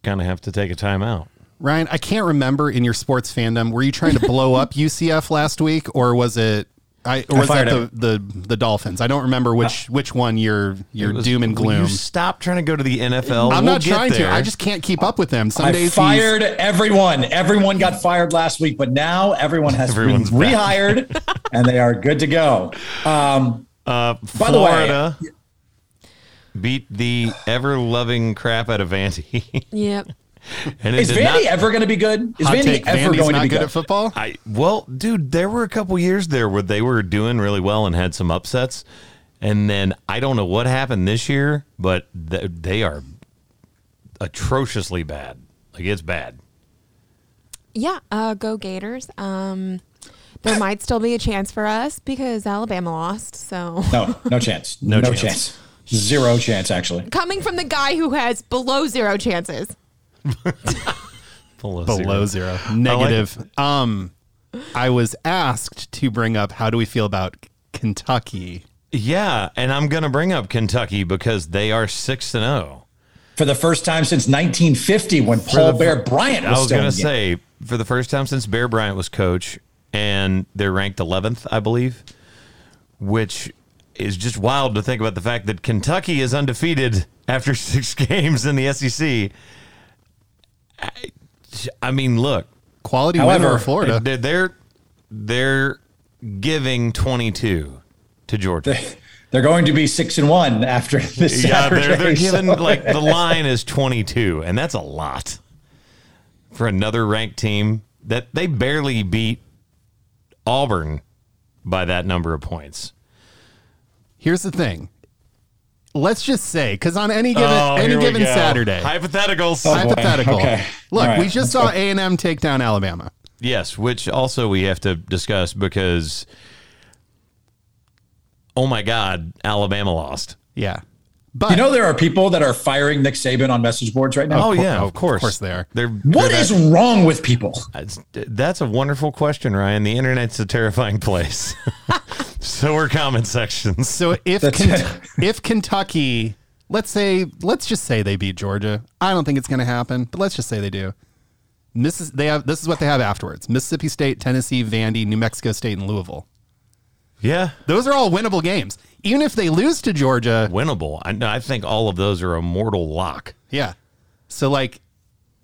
S3: Kind of have to take a timeout.
S1: Ryan, I can't remember in your sports fandom. Were you trying to blow up UCF last week, or was it? I or was that
S4: fired
S1: the, the the Dolphins? I don't remember which which one. Your your
S3: It was-
S1: doom and
S3: Will
S1: gloom.
S3: You stop trying to go to the NFL.
S1: I'm
S3: We'll
S1: not
S3: get
S1: trying
S3: there.
S1: to. I just can't keep up with them. Some
S4: I
S1: days he's-
S4: fired everyone. Everyone got fired last week, but now everyone has
S3: Everyone's
S4: been rehired, and they are good to go. Um,
S3: uh,
S4: By the way-
S3: Florida beat the ever loving crap out of Vandy,
S5: Yep.
S3: and it
S4: is
S3: did
S4: Vandy
S3: not-
S4: ever going to be good? Is
S1: Hot
S4: Vandy
S1: take,
S4: ever
S1: Vandy's
S4: going
S1: not
S4: to be
S1: good,
S4: good?
S1: at football.
S3: I well, dude, there were a couple years there where they were doing really well and had some upsets, and then I don't know what happened this year, but th- they are atrociously bad. Like it's bad.
S5: Yeah, uh, go Gators. Um, there might still be a chance for us because Alabama lost. So
S4: no, no chance.
S3: No
S4: No,
S3: chance.
S4: chance. Zero chance, actually.
S5: coming from the guy who has below zero chances.
S3: Below,
S1: below zero, negative. um, I was asked to bring up how do we feel about Kentucky
S3: Yeah, and oh. I'm gonna bring up Kentucky because they are six and zero.
S4: for the first time since 1950 when Paul
S3: the
S4: Bear
S3: fir-
S4: Bryant was,
S3: I was
S4: still in
S3: going to
S4: the game.
S3: say for the first time since Bear Bryant was coach, and they're ranked 11th, I believe, which is just wild to think about the fact that Kentucky is undefeated after six games in the SEC. I, I mean, look,
S1: Quality
S4: However,
S1: win over Florida.
S3: they're they're, they're giving 22 to Georgia.
S4: They're going to be six and one after this
S3: yeah,
S4: Saturday.
S3: they're, they're
S4: so-
S3: giving like the line is 22, and that's a lot for another ranked team that they barely beat Auburn by that number of points.
S1: Here's the thing. Let's just say, because on any given
S3: Oh,
S1: any
S3: here we
S1: given
S3: go.
S1: Saturday, Oh,
S3: hypotheticals.
S1: hypothetical.
S4: oh, Okay.
S1: Look,
S4: All right,
S1: we just saw A and M take down Alabama.
S3: yes, which also we have to discuss because oh my God, Alabama lost.
S1: Yeah, but
S4: you know there are people that are firing Nick Saban on message boards right now.
S3: Oh, yeah,
S1: cour-
S3: of course,
S1: of course they are.
S3: They're
S4: what
S3: they're
S4: is wrong with people?
S3: That's, that's a wonderful question, Ryan. The internet's a terrifying place. so are comment sections.
S1: so if
S4: That's-
S1: Ken- if Kentucky, let's say, let's just say they beat Georgia. I don't think it's going to happen, but let's just say they do. And This is they have. This is what they have afterwards: Mississippi State, Tennessee, Vandy, New Mexico State, and Louisville.
S3: Yeah,
S1: Those are all winnable games. Even if they lose to Georgia,
S3: winnable. I, no, I think all of those are a mortal lock.
S1: yeah. So like,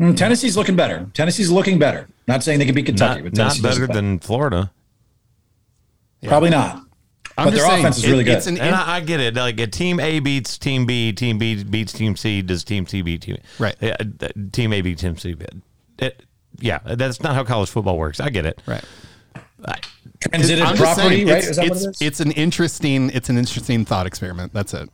S4: Mm, Tennessee's looking better. Tennessee's looking better. Not saying they can beat Kentucky,
S3: Not,
S4: but
S3: not
S4: Tennessee's
S3: better
S4: looking
S3: than Florida.
S4: probably not.
S1: I'm
S4: But
S1: just
S4: their
S1: saying,
S4: offense is
S1: it-
S4: really good.
S1: It's an
S3: And I, I get it. Like a team A beats team B, team B beats team C. Does team C beat team?
S1: Right.
S3: Yeah, uh, team A beats team C. But It, yeah, that's not how college football works. I get it.
S1: right.
S4: Transitive
S1: I'm just
S4: property,
S1: saying,
S4: right?
S1: It's,
S4: Is that what
S1: it's,
S4: it is?
S1: it's an interesting, it's an interesting thought experiment. That's it.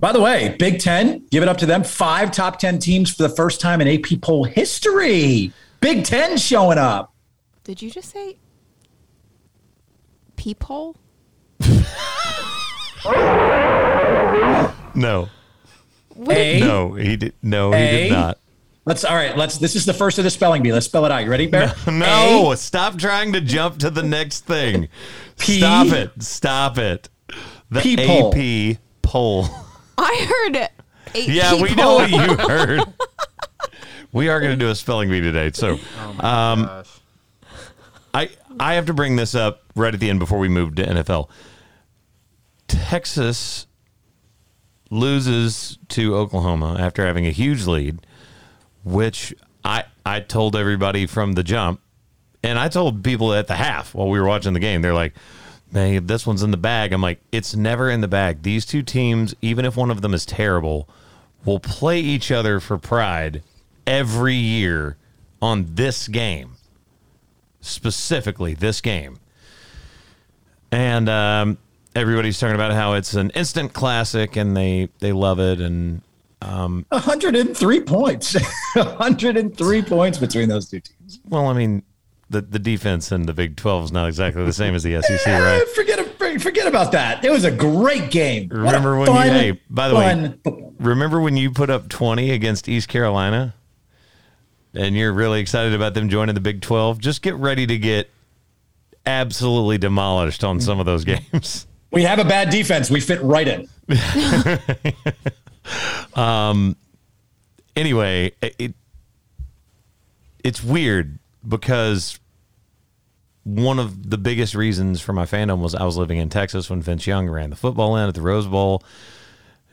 S4: By the way, Big Ten, give it up to them. Five top 10 teams for the first time in AP poll history. Big Ten showing up.
S5: Did you just say peephole?
S3: No,
S5: What
S4: A,
S3: no, he did. No, he
S4: A?
S3: did not.
S4: Let's, all right, let's, this is the first of the spelling bee. Let's spell it out. You ready, Bear?
S3: No, stop trying to jump to the next thing.
S4: P-
S3: stop it. Stop it. The
S4: P poll.
S3: AP poll.
S5: I heard it. Eight
S3: Yeah, we
S5: peephole.
S3: know what you heard. we are going to do a spelling bee today, so um, I I have to bring this up right at the end before we move to NFL. Texas loses to Oklahoma after having a huge lead, which I I told everybody from the jump, and I told people at the half while we were watching the game. They're like. Man, if this one's in the bag. I'm like, it's never in the bag. These two teams, even if one of them is terrible, will play each other for pride every year on this game, specifically this game. And um, everybody's talking about how it's an instant classic and they they love it. And
S4: 103 points. 103 points between those two teams.
S3: well, I mean, the the defense in the Big Twelve is not exactly the same as the SEC, right?
S4: Eh, Forget, forget about that. It was a great game. What a
S3: Remember when
S4: fun,
S3: you? Hey, by the
S4: fun-
S3: way, remember when you put up twenty against East Carolina, and you're really excited about them joining the Big Twelve? Just get ready to get absolutely demolished on some of those games.
S4: we have a bad defense. We fit right in.
S3: anyway, it, it it's weird because one of the biggest reasons for my fandom was I was living in Texas when Vince Young ran the football in at the Rose Bowl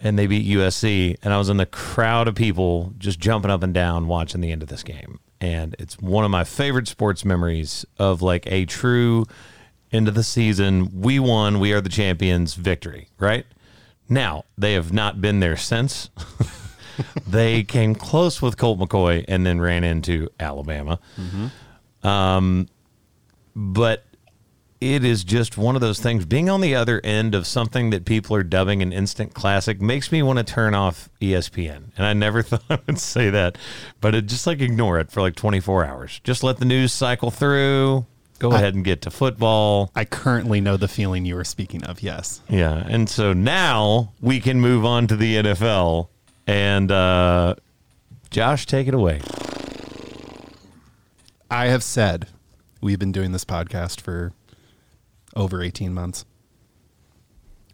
S3: and they beat USC and I was in the crowd of people just jumping up and down watching the end of this game. And it's one of my favorite sports memories of like a true end of the season, we won, we are the champions victory, right? Now, they have not been there since they came close with Colt McCoy and then ran into Alabama. Um, but it is just one of those things. Being on the other end of something that people are dubbing an instant classic makes me want to turn off E ESPN. And I never thought I would say that, but it, just like ignore it for like 24 hours. Just let the news cycle through. Go ahead and get to football.
S1: I currently know the feeling you were speaking of. Yes.
S3: Yeah, and so now we can move on to the NFL. And uh, Josh, take it away.
S1: I have said we've been doing this podcast for over 18 months.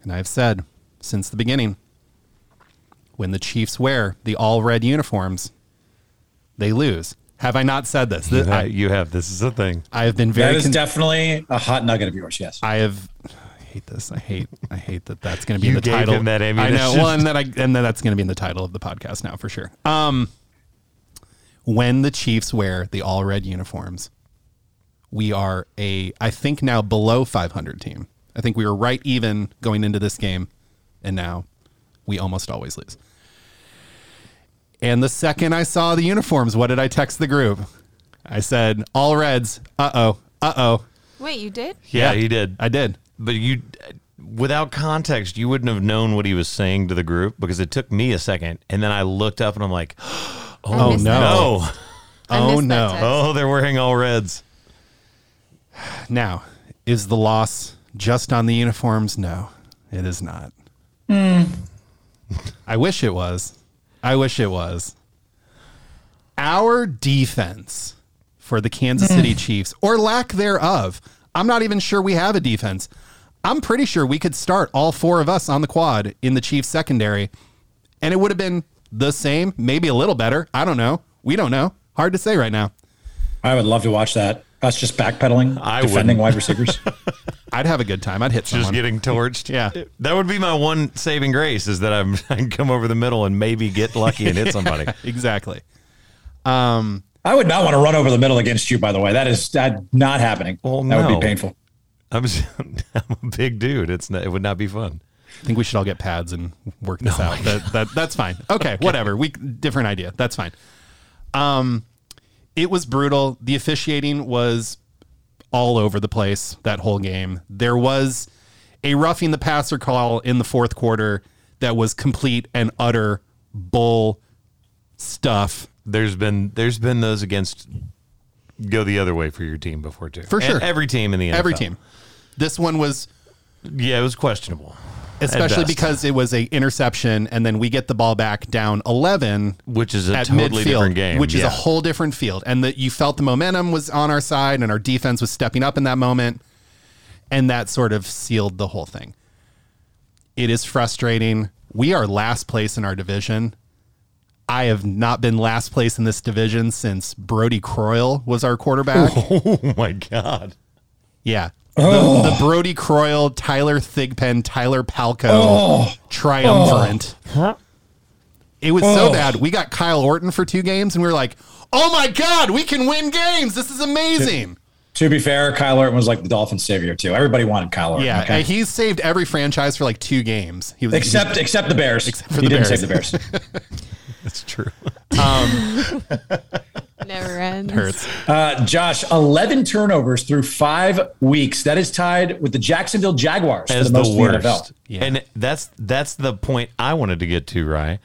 S1: And I've said since the beginning, when the Chiefs wear the all red uniforms, they lose. Have I not said this? Th- I,
S3: you have this is a thing.
S1: I have been
S4: That
S1: very.
S4: is
S1: con-
S4: definitely a hot nugget of yours. Yes.
S1: I have. I hate this. I hate. I hate that. That's going to be
S3: You
S1: in the
S3: gave
S1: title.
S3: him that
S1: I know.
S3: ammunition.
S1: Well, and that I and that that's going to be in the title of the podcast now for sure. Um, when the Chiefs wear the all red uniforms, we are a I think now below 500 team. I think we were right even going into this game, and now we almost always lose. And the second I saw the uniforms, what did I text the group? I said, "All reds." Uh oh. Uh oh.
S5: Wait, you did?
S3: Yeah, he did.
S1: I did.
S3: but you, without context, you wouldn't have known what he was saying to the group because it took me a second, and then I looked up and I'm like,
S5: Oh,
S1: no.
S3: no,
S5: I
S1: Oh,
S5: missed that
S1: no.
S5: text.
S3: oh, they're wearing all reds.
S1: Now, is the loss just on the uniforms? No, it is not. I wish it was. I wish it was. Our defense for the Kansas City Chiefs, or lack thereof, I'm not even sure we have a defense. I'm pretty sure we could start all four of us on the quad in the Chiefs secondary, and it would have been the same, maybe a little better. I don't know. We don't know. Hard to say right now.
S4: I would love to watch that. Us just backpedaling,
S3: I
S4: defending
S3: wouldn't.
S4: wide receivers.
S1: I'd have a good time. I'd hit
S3: Just
S1: someone.
S3: getting torched.
S1: Yeah.
S3: that would be my one saving grace is that I'm I can come over the middle and maybe get lucky and hit somebody.
S1: exactly.
S4: I would not want to run over the middle against you. By the way, that is that not happening.
S3: Well,
S4: that would
S3: no.
S4: be painful.
S3: I'm, s- I'm a big dude. It's not, it would not be fun.
S1: I think we should all get pads and work this out. That, that that's fine. Okay, whatever. We different idea. That's fine. Um, it was brutal. The officiating was all over the place that whole game. There was a roughing the passer call in the fourth quarter that was complete and utter bull stuff.
S3: There's been there's been those against go the other way for your team before too.
S1: For
S3: E-
S1: sure.
S3: every team in the NFL.
S1: Every team. This one was
S3: Yeah, it was questionable.
S1: especially
S3: best.
S1: because it was a interception and then we get the ball back down 11
S3: Which is a
S1: at
S3: totally
S1: midfield,
S3: different game.
S1: which is
S3: Yeah.
S1: a whole different field. And that you felt the momentum was on our side, and our defense was stepping up in that moment, and that sort of sealed the whole thing. It is frustrating. We are last place in our division. I have not been last place in this division since Brody Croyle was our quarterback.
S3: Oh my god.
S1: Yeah. The,
S4: Oh.
S1: the Brody Croyle, Tyler Thigpen, Tyler Palco
S4: Oh.
S1: triumvirate. It was so
S4: Oh.
S1: bad. We got Kyle Orton for two games, and we were like, oh my God, we can win games. This is amazing.
S4: To be fair, Kyle Orton was like the Dolphins' savior too. Everybody wanted Kyle Orton.
S1: Yeah. uh,
S4: okay?
S1: and He's saved every franchise for like two games. He was
S4: except except the Bears. Except
S1: for the
S4: he didn't
S1: Bears.
S4: save the Bears.
S3: That's true.
S5: Never ends.
S1: hurts.
S4: Uh, Josh, eleven turnovers through five weeks. That is tied with the Jacksonville Jaguars
S3: As the,
S4: for the most in the
S3: worst.
S4: NFL.
S1: Yeah.
S3: And that's that's the point I wanted to get to, Rye.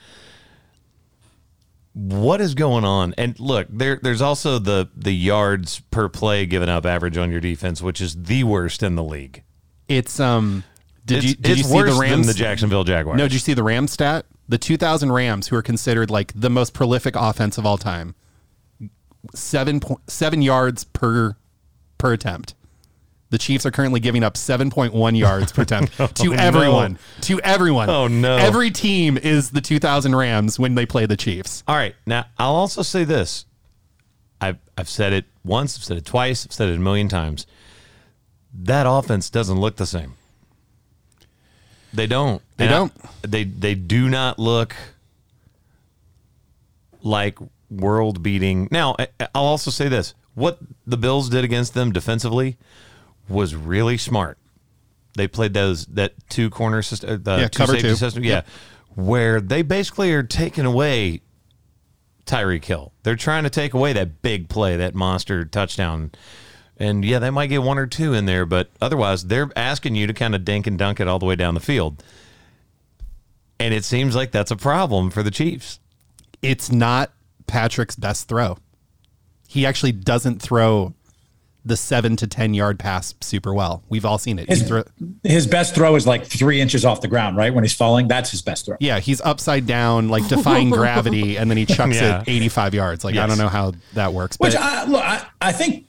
S3: What is going on? And look, there there's also the the yards per play given up average on your defense, which is the worst in the league.
S1: It's, um, did
S3: it's
S1: you, did
S3: it's
S1: you see
S3: worse
S1: the Rams?
S3: than the Jacksonville Jaguars.
S1: No, did you see the Rams stat? The 2000 Rams, who are considered like the most prolific offense of all time, seven po- seven yards per per attempt. The Chiefs are currently giving up 7.1 yards per attempt to everyone. To everyone.
S3: Oh, no.
S1: Every team is the 2000 Rams when they play the Chiefs.
S3: All right. Now, I'll also say this. I've, I've said it once, I've said it twice, I've said it a million times. That offense doesn't look the same. They don't.
S1: They
S3: And I-
S1: don't.
S3: they they do not look like world beating. Now, I, I'll also say this. What the Bills did against them defensively was really smart. They played those that two corner system, the
S1: Yeah,
S3: two
S1: cover
S3: safety
S1: two.
S3: system, yeah, where they basically are taking away Tyreek Hill. They're trying to take away that big play, that monster touchdown. And yeah, they might get one or two in there, but otherwise, they're asking you to kind of dink and dunk it all the way down the field. And it seems like that's a problem for the Chiefs.
S1: It's not Patrick's best throw. He actually doesn't throw the 7 to 10 yard pass super well. We've all seen it. He
S4: His,
S1: throw-
S4: his best throw is like three inches off the ground, right? When he's falling, that's his best throw.
S1: Yeah, he's upside down, like defying gravity, and then he chucks
S3: Yeah.
S1: it 85 yards. Like, I
S3: Yes.
S1: don't know how that works.
S4: Which
S1: but
S4: I, look, I, I think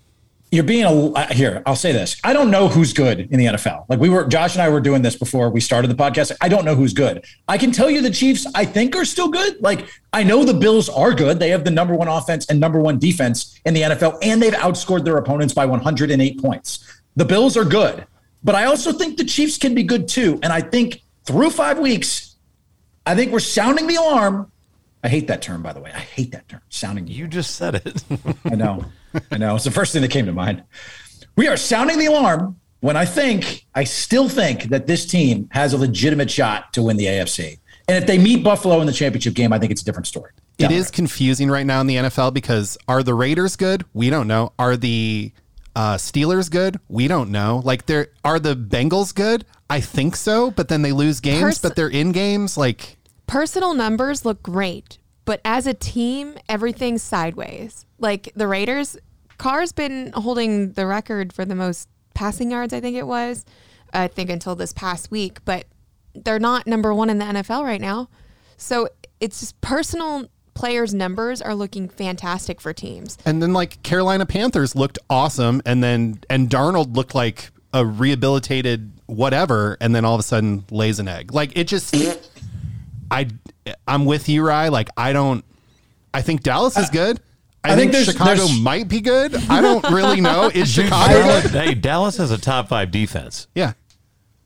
S4: you're being a uh, here. I'll say this: I don't know who's good in the NFL. Like we were, Josh and I were doing this before we started the podcast. I don't know who's good. I can tell you the Chiefs. I think are still good. Like I know the Bills are good. They have the number one offense and number one defense in the NFL, and they've outscored their opponents by 108 points. The Bills are good, but I also think the Chiefs can be good too. And I think through five weeks, I think we're sounding the alarm. I hate that term, by the way. I hate that term, sounding
S3: You just said it.
S4: I know. I know. It's the first thing that came to mind. We are sounding the alarm when I think, I still think that this team has a legitimate shot to win the AFC. And if they meet Buffalo in the championship game, I think it's a different story.
S1: It is confusing right now in the NFL because are the Raiders good? We don't know. Are the uh, Steelers good? We don't know. Like, they're, are the Bengals good? I think so, but then they lose games,
S5: Pers-
S1: but they're in games. Like,
S5: Personal numbers look great, but as a team, everything's sideways. Like the Raiders, Carr's been holding the record for the most passing yards, I think it was, I think until this past week, but they're not number one in the NFL right now. So it's just personal players' numbers are looking fantastic for teams.
S1: and then like Carolina Panthers looked awesome, and then and Darnold looked like a rehabilitated whatever, and then all of a sudden lays an egg. Like it just, I I'm with you, Rye. Like I don't, I think Dallas is good. I,
S4: I think
S1: think,
S4: there's-
S1: Chicago
S4: there's-
S1: might be good. I don't really know. Is Chicago?
S3: Dallas, hey, Dallas has a top five defense.
S1: Yeah.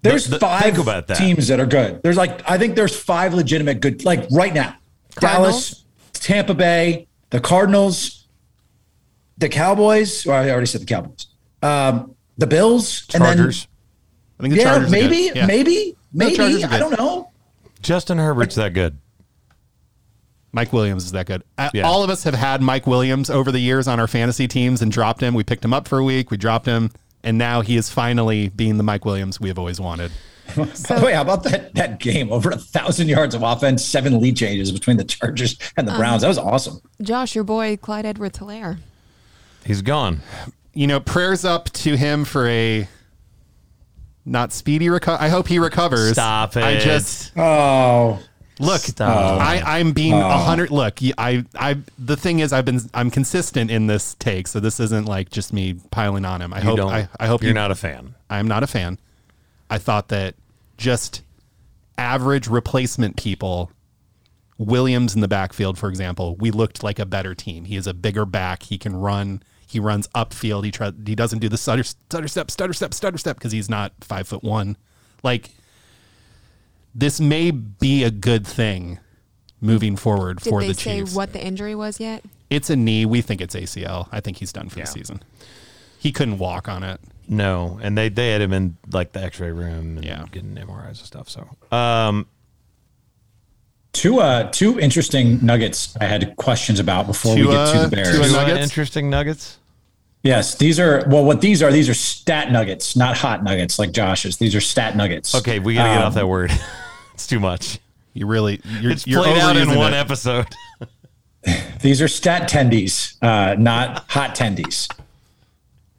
S4: There's
S3: The- the-
S4: five
S3: think about that.
S4: teams that are good. There's like I think there's five legitimate good like right now.
S5: Cardinals?
S4: Dallas, Tampa Bay, the Cardinals, the Cowboys. Well, I already said the Cowboys. Um, the Bills
S3: Chargers.
S1: I think
S4: and
S1: the
S4: then yeah,
S1: Chargers are good.
S4: maybe,
S1: Yeah.
S4: maybe, maybe,
S1: Chargers are
S4: I
S1: good.
S4: don't know.
S3: Justin Herbert's that good.
S1: Mike Williams is that good. Uh,
S3: Yeah.
S1: All of us have had Mike Williams over the years on our fantasy teams and dropped him. We picked him up for a week. We dropped him. And now he is finally being the Mike Williams we have always wanted.
S4: By the way, how about that that game? Over a thousand yards of offense, seven lead changes between the Chargers and the Browns. That was awesome.
S5: Josh, your boy Clyde Edwards Hilaire.
S3: He's gone.
S1: You know, prayers up to him for a not speedy recover. I hope he recovers.
S3: Stop
S1: I
S3: it.
S1: just
S4: Oh,
S1: look.
S3: Stop.
S1: I, I'm being a hundred. Look, y- I, I. The thing is, I've been. I'm consistent in this take, so this isn't like just me piling on him. I
S3: You
S1: hope.
S3: don't-
S1: I, I hope
S3: you're
S1: he-
S3: not a fan.
S1: I'm not a fan. I thought that just average replacement people, Williams in the backfield, for example, we looked like a better team. He is a bigger back. He can run. He runs upfield. He tries. He doesn't do the stutter, stutter step, stutter step, stutter step because he's not five foot one. Like this may be a good thing moving forward
S5: Did
S1: for
S5: they
S1: the
S5: say
S1: Chiefs.
S5: what the injury was yet?
S1: It's a knee. We think it's ACL. I think he's done for the season. He couldn't walk on it.
S3: No, and they they had him in like the X-ray room and
S1: Yeah.
S3: getting MRIs and stuff. So um,
S4: two uh, two interesting nuggets I had questions about before we get to
S1: Tua-
S4: the Bears.
S1: Tua
S3: two, uh,
S1: nuggets?
S3: interesting nuggets.
S4: Yes, these are well. What these are? These are stat nuggets, not hot nuggets like Josh's. These are stat nuggets.
S3: Okay, we gotta get
S4: Um,
S3: off that word. it's too much.
S1: You really. You're,
S3: It's
S1: you're
S3: played out in
S1: overusing
S3: one
S1: it.
S3: episode.
S4: These are stat tendies, uh, not hot tendies.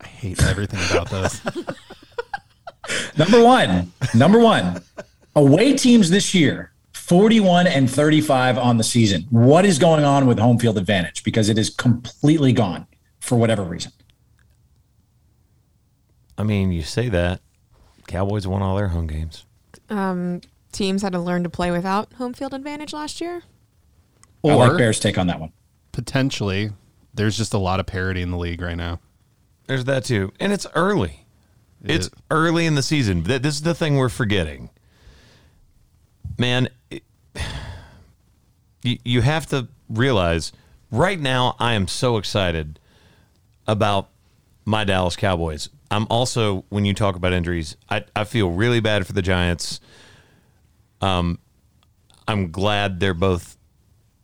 S1: hate everything about this.
S4: Number one, number one, away teams this year, 41 and 35 on the season. What is going on with home field advantage? Because it is completely gone for whatever reason.
S3: I mean, you say that. Cowboys won all their home games.
S5: Teams had to learn to play without home field advantage last year.
S4: I like
S1: Or-
S4: Bears take on that one.
S1: Potentially, there's just a lot of parity in the league right now.
S3: There's that too, and it's early. It's
S1: It-
S3: early in the season. Th- This is the thing we're forgetting. Man, it- you, you have to realize right now I am so excited about my Dallas Cowboys. I'm also, when you talk about injuries, I, I feel really bad for the Giants. Um, I'm glad they're both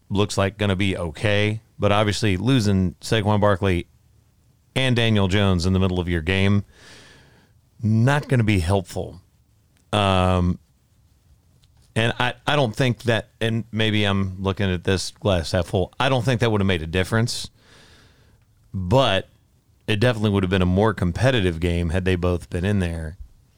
S3: looks like going to be okay, but obviously losing Saquon Barkley and Daniel Jones in the middle of your game, not going to be helpful. Um, and I, I don't think that, and maybe I'm looking at this glass half full, I don't think that would have made a difference, but it definitely would have been a more competitive game had they both been in there.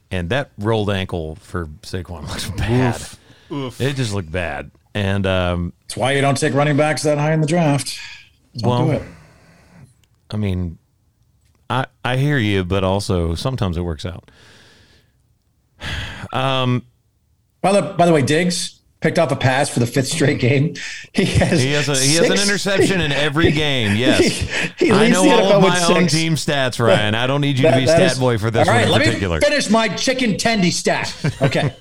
S3: And that rolled ankle for Saquon looks bad. It just looked bad. And um,
S4: That's why you don't take running backs that high in the draft. Don't
S3: Well,
S4: do it.
S3: I mean, I, I hear you, but also sometimes it works out.
S4: By the by the way, Diggs picked off a pass for the fifth straight game. He has
S3: He has a, he has an
S4: six-
S3: interception in every game. Yes,
S4: He- he
S3: I
S4: leads
S3: know
S4: the
S3: all
S4: NFL
S3: of
S4: with
S3: my own
S4: six.
S3: team stats, Ryan. I don't need you to be
S4: that
S3: stat
S4: is-
S3: boy for this
S4: All
S3: one
S4: right,
S3: in
S4: let
S3: particular.
S4: me finish my chicken tendy stack. Okay,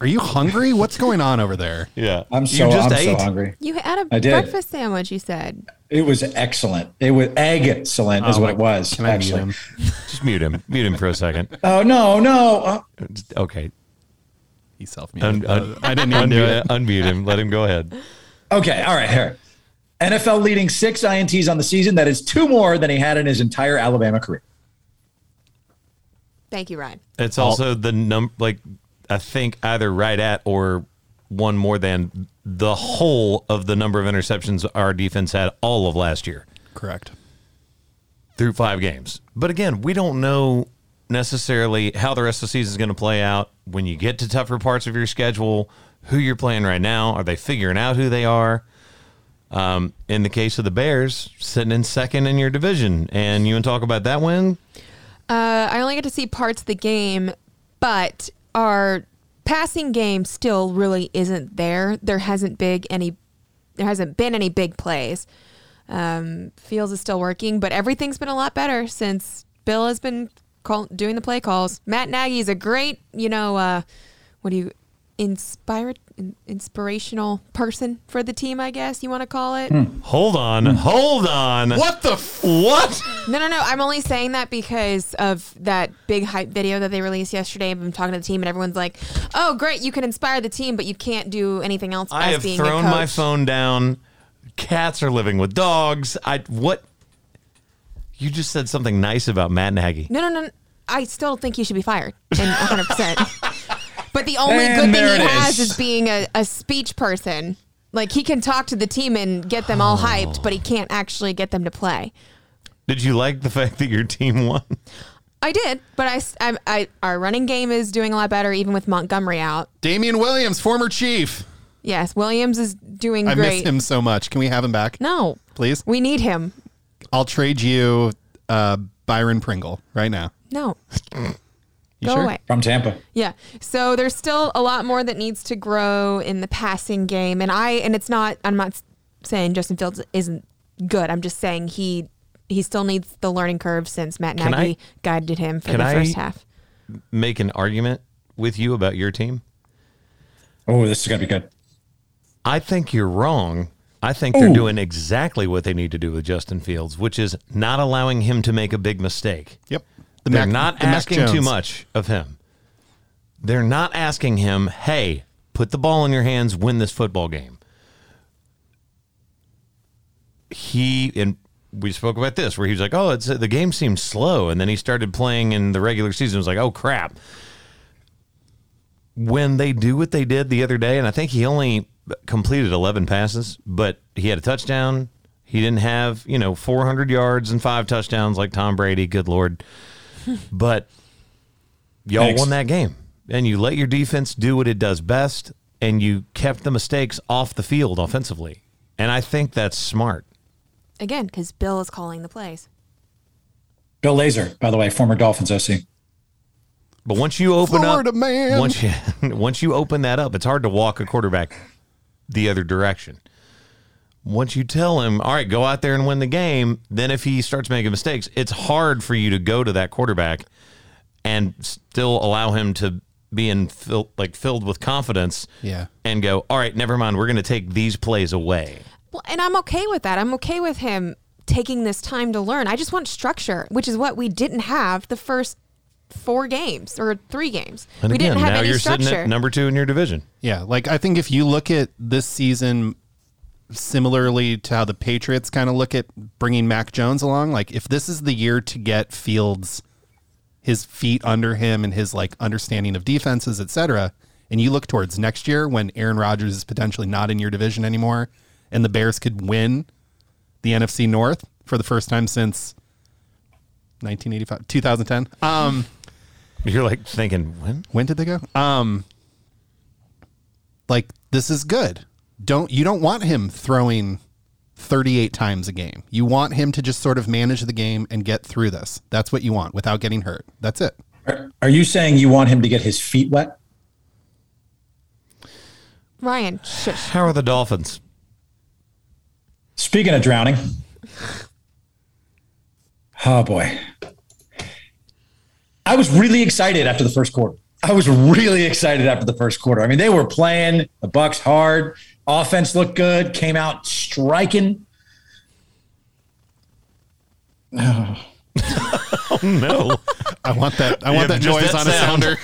S1: Are you hungry? What's going on over there?
S3: yeah,
S4: I'm so
S3: you just
S4: I'm so
S3: ate.
S4: hungry.
S5: You had a
S4: I did.
S5: breakfast sandwich, you said.
S4: It was excellent. It was excellent, is
S1: Oh,
S4: what
S1: my-
S4: it was.
S1: Can I mute
S4: actually.
S1: him?
S3: Just mute him. Mute him for a second.
S4: Oh no, no. Uh,
S3: Okay.
S1: He self
S3: Un-
S1: muted.
S3: un-
S1: Uh, I didn't even do
S3: unmute,
S1: it.
S3: unmute him. Let him go ahead.
S4: Okay, all right, here. NFL leading six INTs on the season. That is two more than he had in his entire Alabama career.
S5: Thank you, Ryan.
S3: It's also the num like I think either right at or one more than the whole of the number of interceptions our defense had all of last year
S1: Correct.
S3: through five games. But again, we don't know necessarily how the rest of the season is going to play out. When you get to tougher parts of your schedule, who you're playing right now, are they figuring out who they are? Um, in the case of the Bears, sitting in second in your division, and you want to talk about that win?
S5: Uh, I only got to see parts of the game, but our passing game still really isn't there. There hasn't big any, there hasn't been any big plays. Um, Fields is still working, but everything's been a lot better since Bill has been call, doing the play calls. Matt Nagy is a great, you know, uh, what do you inspire in, inspirational person for the team? I guess you want to call it.
S3: Hold on, hold on.
S1: What the f- what?
S5: No, no, no. I'm only saying that because of that big hype video that they released yesterday. I'm talking to the team, and everyone's like, "Oh, great! You can inspire the team, but you can't do anything else."
S3: I
S5: as
S3: have
S5: being
S3: thrown
S5: a coach.
S3: my phone down. Cats are living with dogs. I what? You just said something nice about Matt Nagy.
S5: No, no, no. no. I still think he should be fired, and 100. percent But the only
S4: And
S5: good thing
S4: there
S5: he
S4: it
S5: has
S4: is.
S5: is being a, a speech person. Like he can talk to the team and get them all hyped, but he can't actually get them to play.
S3: Did you like the fact that your team won?
S5: I did, but I, s- I'm- I- our running game is doing a lot better, even with Montgomery out.
S1: Damian Williams, former chief.
S5: Yes, Williams is doing
S1: I
S5: great.
S1: miss him so much. Can we have him back?
S5: No,
S1: Please?
S5: We need him.
S1: I'll trade you uh, Byron Pringle right now.
S5: No.
S1: You
S5: Go
S1: sure?
S5: away.
S4: From Tampa.
S5: Yeah. So there's still a lot more that needs to grow in the passing game. And I and it's not I'm not s- saying Justin Fields isn't good. I'm just saying he he still needs the learning curve since Matt
S3: Can
S5: Nagy
S3: I-
S5: guided him for
S3: can
S5: the
S3: I-
S5: first half.
S3: Make an argument with you about your team?
S4: Oh, this is gonna be good.
S3: I think you're wrong. I think they're doing exactly what they need to do with Justin Fields, which is not allowing him to make a big mistake.
S1: Yep. The
S3: They're
S1: Mac-
S3: not
S1: the Mac
S3: asking too
S1: Jones.
S3: much of him. They're not asking him, hey, put the ball in your hands, win this football game. He, and we spoke about this, where he was like, oh, it's the game seems slow. And then he started playing in the regular season. It was like, oh, crap. When they do what they did the other day, and I think he only completed 11 passes, but he had a touchdown. He didn't have, you know, 400 yards and five touchdowns like Tom Brady. Good Lord but y'all
S4: Thanks.
S3: won that game and you let your defense do what it does best and you kept the mistakes off the field offensively and i think that's smart
S5: Again, because Bill is calling the plays.
S4: Bill Lazor, by the way, former Dolphins OC.
S3: but once you open
S1: Florida
S3: up
S1: man.
S3: once you once you open that up it's hard to walk a quarterback the other direction once you tell him all right go out there and win the game then if he starts making mistakes it's hard for you to go to that quarterback and still allow him to be in fill, like filled with confidence
S1: Yeah.
S3: and go, all right, never mind. We're going to take these plays away.
S5: Well, and I'm okay with that. I'm okay with him taking this time to learn. I just want structure, which is what we didn't have the first four games or three games.
S3: And
S5: we
S3: again,
S5: didn't have
S3: now
S5: any
S3: you're sitting
S5: structure.
S3: at number two in your division.
S1: Yeah, like I think if you look at this season similarly to how the Patriots kind of look at bringing Mac Jones along, like if this is the year to get Fields his feet under him and his like understanding of defenses, etc., and you look towards next year when Aaron Rodgers is potentially not in your division anymore and the Bears could win the NFC North for the first time since 1985 2010. Um
S3: You're like thinking, when?
S1: when did they go? Um, like this is good. Don't you don't want him throwing 38 times a game. You want him to just sort of manage the game and get through this. That's what you want without getting hurt. That's it.
S4: Are, are you saying you want him to get his feet wet?
S5: Ryan, shush.
S3: How are the Dolphins?
S4: Speaking of drowning, oh boy. I was really excited after the first quarter. I was really excited after the first quarter. I mean, they were playing the Bucks hard. Offense looked good, came out striking.
S3: No.
S1: I want that. I want
S3: Yeah,
S1: that
S3: just
S1: noise
S3: that
S1: on a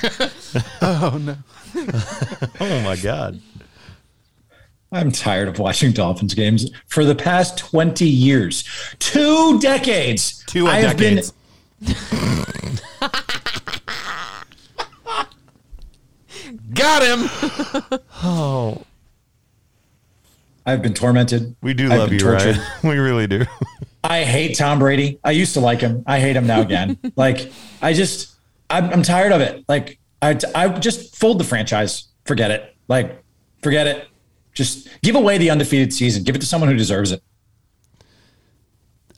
S1: sounder.
S3: oh my God.
S4: I'm tired of watching Dolphins games for the past 20 years. Two decades.
S1: Two
S4: I have
S1: decades.
S4: been
S1: Got him.
S3: Oh,
S4: I've been tormented.
S3: we do
S4: I've
S3: love
S4: been
S3: you,
S4: tortured.
S3: right? We really do.
S4: I hate Tom Brady. I used to like him. I hate him now again. like I just, I'm, I'm tired of it. Like I, I just fold the franchise. Forget it. Like forget it. Just give away the undefeated season. Give it to someone who deserves it.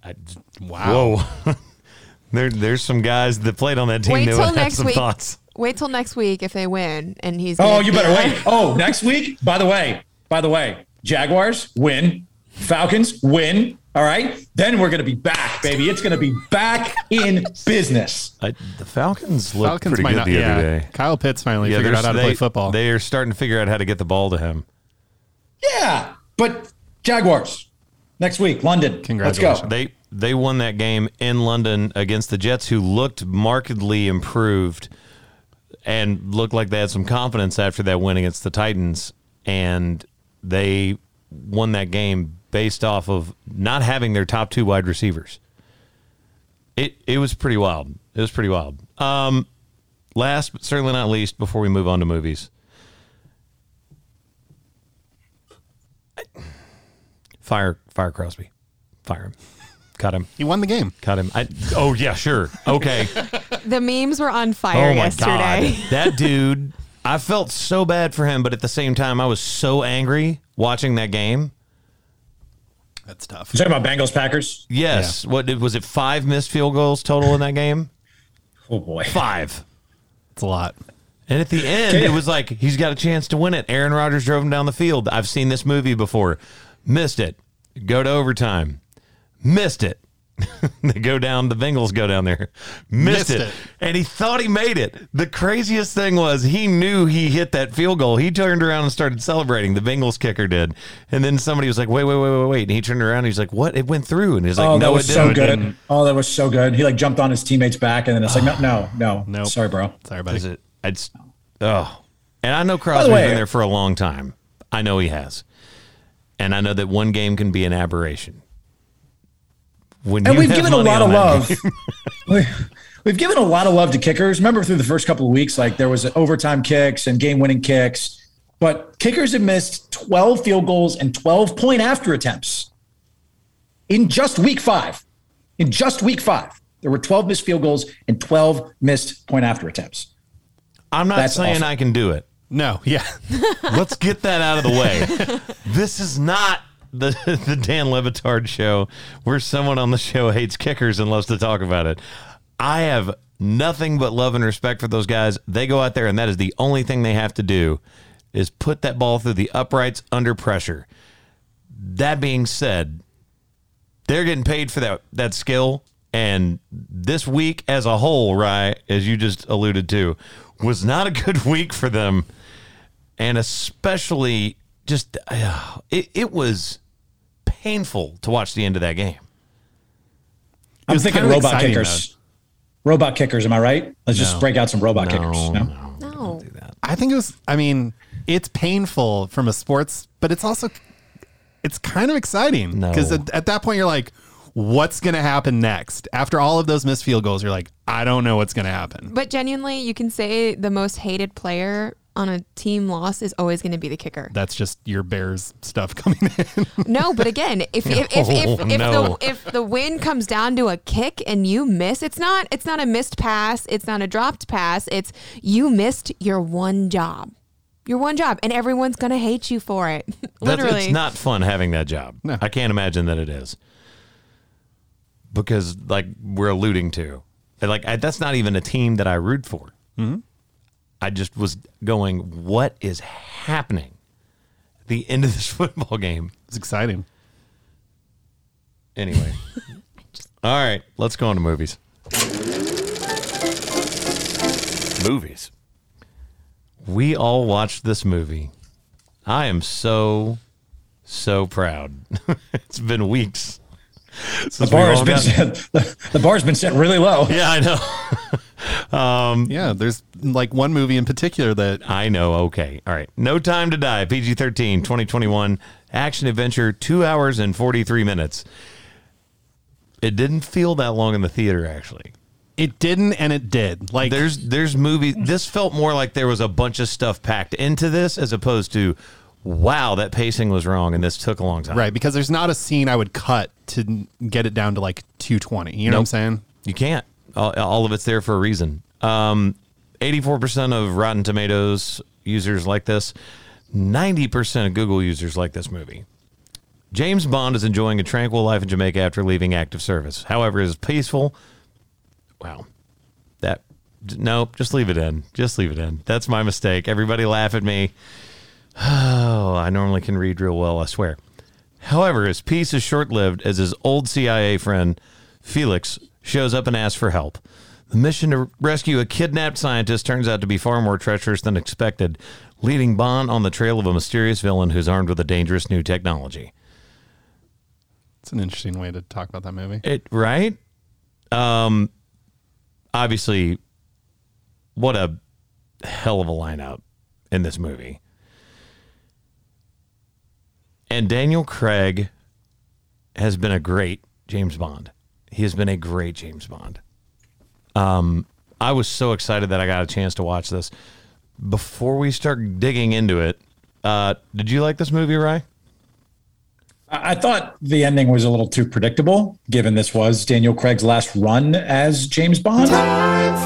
S3: I-
S1: Wow.
S3: Whoa. there, there's some guys that played on that team
S5: Wait
S3: that
S5: till
S3: would have
S5: next
S3: some
S5: week.
S3: thoughts.
S5: Wait till next week if they win and he's.
S4: Oh,
S5: gonna
S4: you
S5: be
S4: better
S5: like,
S4: wait. Oh, next week. By the way, by the way, Jaguars win. Falcons win. All right. Then we're gonna be back, baby. It's gonna be back in business.
S3: I, the Falcons looked
S1: Falcons
S3: pretty
S1: might
S3: good
S1: not.
S3: the
S1: yeah.
S3: other day.
S1: Kyle Pitts finally figured
S3: there's-
S1: out how to
S3: they,
S1: play football.
S3: They are starting to figure out how to get the ball to him.
S4: Yeah. But Jaguars next week, London. Let's go.
S1: Congratulations.
S3: They they won that game in London against the Jets, who looked markedly improved and looked like they had some confidence after that win against the Titans, and they won that game based off of not having their top two wide receivers. It it was pretty wild. It was pretty wild. Um, last but certainly not least, before we move on to movies, fire fire Crosby, fire him, cut him.
S1: he won the game.
S3: Cut him. I, oh yeah, sure. Okay.
S5: The memes were on fire
S3: oh my
S5: yesterday.
S3: god, that dude. I felt so bad for him, but at the same time, I was so angry watching that game.
S1: That's tough.
S4: You talking about Bengals Packers?
S3: Yes. What did- was it? Five missed field goals total in that game.
S4: Oh boy.
S3: Five.
S1: It's a lot.
S3: And at the end, it was like he's got a chance to win it. Aaron Rodgers drove him down the field. I've seen this movie before. Missed it. Go to overtime. Missed it. they go down. The Bengals go down there. Missed,
S1: Missed
S3: it.
S1: it.
S3: And he thought he made it. The craziest thing was he knew he hit that field goal. He turned around and started celebrating. The Bengals kicker did. And then somebody was like, "Wait, wait, wait, wait, wait!" And he turned around. And he's like, "What? It went through." And he's like,
S4: oh,
S3: "No,
S4: that was
S3: it
S4: so
S3: didn't."
S4: good. Oh, that was so good. He like jumped on his teammates back, and then it's like, no, no, no,
S1: No.
S4: Sorry, bro.
S1: Sorry,
S3: Is
S1: buddy.
S3: it? It's oh, and I know Crosby's
S4: way-
S3: been there for a long time. I know he has, and I know that one game can be an aberration. When
S4: And
S3: you
S4: we've
S3: have
S4: given a
S3: money
S4: lot
S3: on
S4: of
S3: that
S4: love.
S3: game-
S4: We- we've given a lot of love to kickers. Remember through the first couple of weeks, like there was overtime kicks and game-winning kicks, but kickers have missed 12 field goals and 12 point after attempts in just week five. In just week five, there were 12 missed field goals and 12 missed point after attempts.
S3: I'm not
S4: That's
S3: saying
S4: awful.
S3: I can do it.
S1: No, yeah.
S3: Let's get that out of the way. this is not the the Dan Levitard show where someone on the show hates kickers and loves to talk about it. I have nothing but love and respect for those guys. They go out there and that is the only thing they have to do is put that ball through the uprights under pressure. That being said, they're getting paid for that that skill and this week as a whole, Rye, as you just alluded to, was not a good week for them and especially just uh, it, it was painful to watch the end of that game.
S4: I'm
S1: was
S4: thinking
S1: kind of
S4: robot
S1: exciting,
S4: kickers. Robot kickers, am I right? Let's just break out some robot kickers. No?
S5: No.
S1: I think it was. I mean, it's painful from a sports, but it's also it's kind of exciting
S3: No.
S1: because at, at that point you're like, what's going to happen next? After all of those missed field goals, you're like, I don't know what's going to happen.
S5: But genuinely, you can say the most hated player on a team loss is always going to be the kicker.
S1: That's just your Bears stuff coming in.
S5: No, but again, if if if, if, if,
S3: No.
S5: the, if the win comes down to a kick and you miss, it's not it's not a missed pass, it's not a dropped pass, it's you missed your one job. your one job, and everyone's gonna hate you for it.
S3: That's,
S5: Literally,
S3: It's not fun having that job.
S1: No.
S3: I can't imagine that it is. Because, like, we're alluding to, and, like, I, that's not even a team that I root for. I just was going, what is happening at the end of this football game?
S1: It's exciting.
S3: Anyway. All right, let's go on to movies. Movies. We all watched this movie. I am so, so proud. it's been weeks.
S4: The
S3: since we
S4: bar has
S3: all
S4: been
S3: got-
S4: set, the, the bar's been set really low.
S3: Yeah, I know.
S1: Yeah, there's like one movie in particular that
S3: I know. Okay. All right. No Time to Die, PG 13, 2021, action adventure, two hours and 43 minutes. It didn't feel that long in the theater, actually.
S1: it didn't and it did. Like
S3: There's there's movie. This felt more like there was a bunch of stuff packed into this as opposed to, wow, that pacing was wrong and this took a long time.
S1: right because there's not a scene I would cut to n- get it down to like 220. You know what I'm
S3: Nope.
S1: saying?
S3: You can't. All, all of it's there for a reason. Um, 84% of Rotten Tomatoes users like this. 90% of Google users like this movie. James Bond is enjoying a tranquil life in Jamaica after leaving active service. However, it is peaceful. Wow. That, nope, just leave it in. Just leave it in. That's my mistake. Everybody laugh at me. Oh, I normally can read real well, I swear. However, his peace is short lived as his old CIA friend, Felix, shows up and asks for help. The mission to rescue a kidnapped scientist turns out to be far more treacherous than expected, leading Bond on the trail of a mysterious villain who's armed with a dangerous new technology.
S1: It's an interesting way to talk about that movie.
S3: It right? Um obviously what a hell of a lineup in this movie. And Daniel Craig has been a great James Bond. He has been a great James Bond. Um I was so excited that I got a chance to watch this. Before we start digging into it, uh, did you like this movie, Rye?
S4: I I thought the ending was a little too predictable, given this was Daniel Craig's last run as James Bond.
S3: I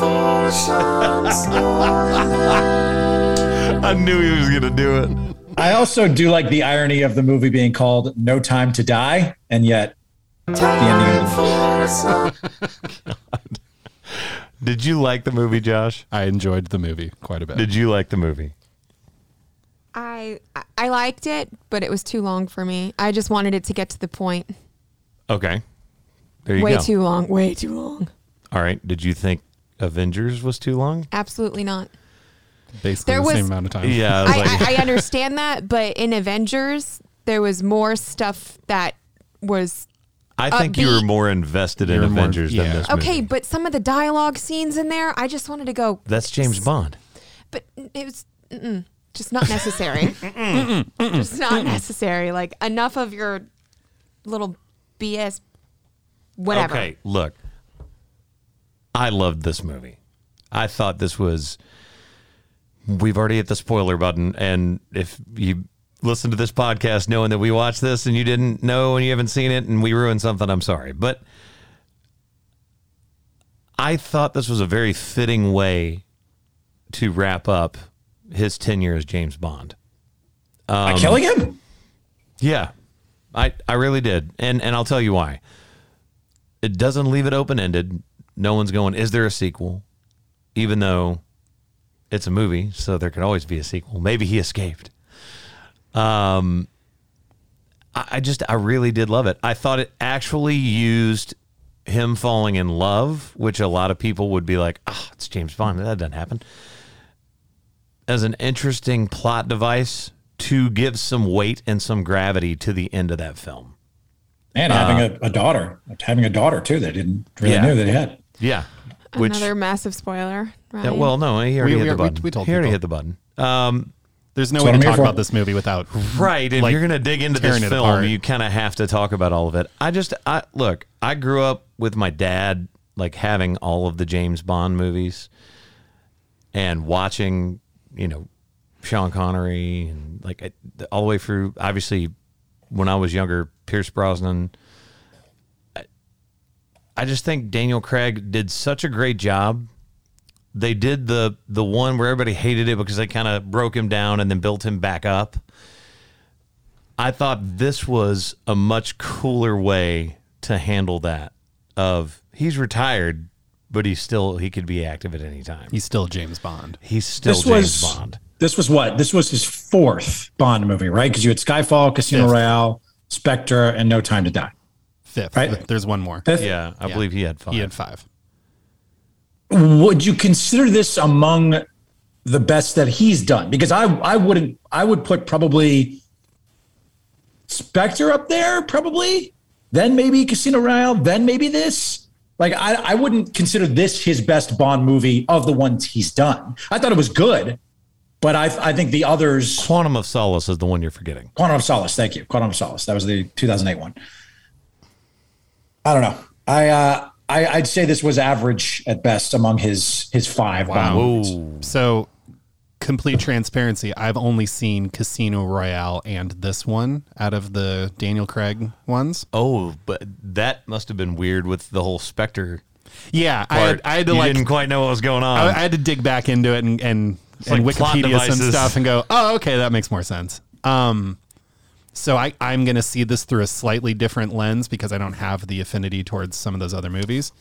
S3: knew he was going to do it.
S4: I also do like the irony of the movie being called No Time to Die, and yet the ending of the
S3: Did you like the movie, Josh?
S1: I enjoyed the movie quite a bit.
S3: Did you like the movie?
S5: I I- I liked it, but it was too long for me. I just wanted it to get to the point.
S3: Okay. There you
S5: Way
S3: go.
S5: too long. Way too long.
S3: All right. Did you think Avengers was too long?
S5: Absolutely not.
S1: Basically
S5: there
S1: the
S5: was-
S1: same amount of time.
S3: Yeah. I was like,
S5: I, I, I understand that, but in Avengers, there was more stuff that was
S3: I, think you were
S5: upbeat.
S3: more invested in
S1: You're more-
S3: Avengers
S1: yeah.
S3: than this movie.
S5: uh, okay. But some of the dialogue scenes in there, I just wanted to go.
S3: That's James Bond.
S5: But it was mm-mm, just not necessary. just not necessary. Like enough of your little BS. Whatever.
S3: Okay, look. I loved this movie. I thought this was we've already hit the spoiler button and if you listen to this podcast knowing that we watched this and you didn't know and you haven't seen it and we ruined something, I'm sorry. But I thought this was a very fitting way to wrap up his tenure as James Bond.
S4: movie. killing him?
S3: Yeah, I I really did, and and I'll tell you why. It doesn't leave it open ended. No one's going. Is there a sequel? Even though it's a movie, so there could always be a sequel. Maybe he escaped. Um, I, I just I really did love it. I thought it actually used him falling in love, which a lot of people would be like, "Ah, it's James Bond. That doesn't happen." as an interesting plot device to give some weight and some gravity to the end of that film.
S4: And having a, a daughter, having a daughter too that didn't really
S3: Yeah.
S4: knew that he had.
S3: Yeah. Which
S5: Another massive spoiler. Right?
S3: yeah, well, no, he already
S1: We-
S3: hit
S1: we-
S3: the
S1: we-
S3: button.
S1: we told
S3: he already
S1: people.
S3: hit the button. Um,
S1: There's no
S4: So
S1: way to
S4: I'm here
S1: talk
S4: for-
S1: about this movie without
S3: right, and
S1: Like,
S3: you're going to dig into this
S1: tearing it
S3: film,
S1: apart.
S3: you kind of have to talk about all of it. I just I look, I grew up with my dad like having all of the James Bond movies and watching, you know, Sean Connery and like I- all the way through obviously when I was younger, Pierce Brosnan, I just think Daniel Craig did such a great job They did the the one where everybody hated it because they kind of broke him down and then built him back up. I thought this was a much cooler way to handle that. Of he's retired, but he's still he could be active at any time.
S1: He's still James Bond.
S3: He's still
S4: This
S3: James
S4: was
S3: Bond.
S4: this was what this was his fourth Bond movie, right? Because you had Skyfall, Casino
S1: Fifth.
S4: Royale, Spectre, and No Time to Die.
S1: Fifth.
S4: Right.
S1: There's one more.
S4: Fifth.
S3: Yeah, I
S1: Yeah.
S3: believe he had five.
S1: He had five.
S4: Would you consider this among the best that he's done? Because I I wouldn't I would put probably Spectre up there, probably. Then maybe Casino Royale. Then maybe this. Like I, I wouldn't consider this his best Bond movie of the ones he's done. I thought it was good, but I I think the others
S3: Quantum of Solace is the one you're forgetting.
S4: Quantum of Solace. Thank you, Quantum of Solace. That was the 2008 one. I don't know. I uh, I I'd say this was average at best among his his five. Bond movies.
S1: So, complete transparency. I've only seen Casino Royale and this one out of the Daniel Craig ones.
S3: Oh, but that must have been weird with the whole Spectre
S1: Yeah, I
S3: part.
S1: had, I had to
S3: you
S1: like
S3: didn't quite know what was going on.
S1: I, I had to dig back into it and and, and
S3: Um, like plot
S1: Wikipedia some
S3: devices.
S1: stuff and go, oh, okay, that makes more sense. Um, so I I'm gonna see this through a slightly different lens because I don't have the affinity towards some of those other movies.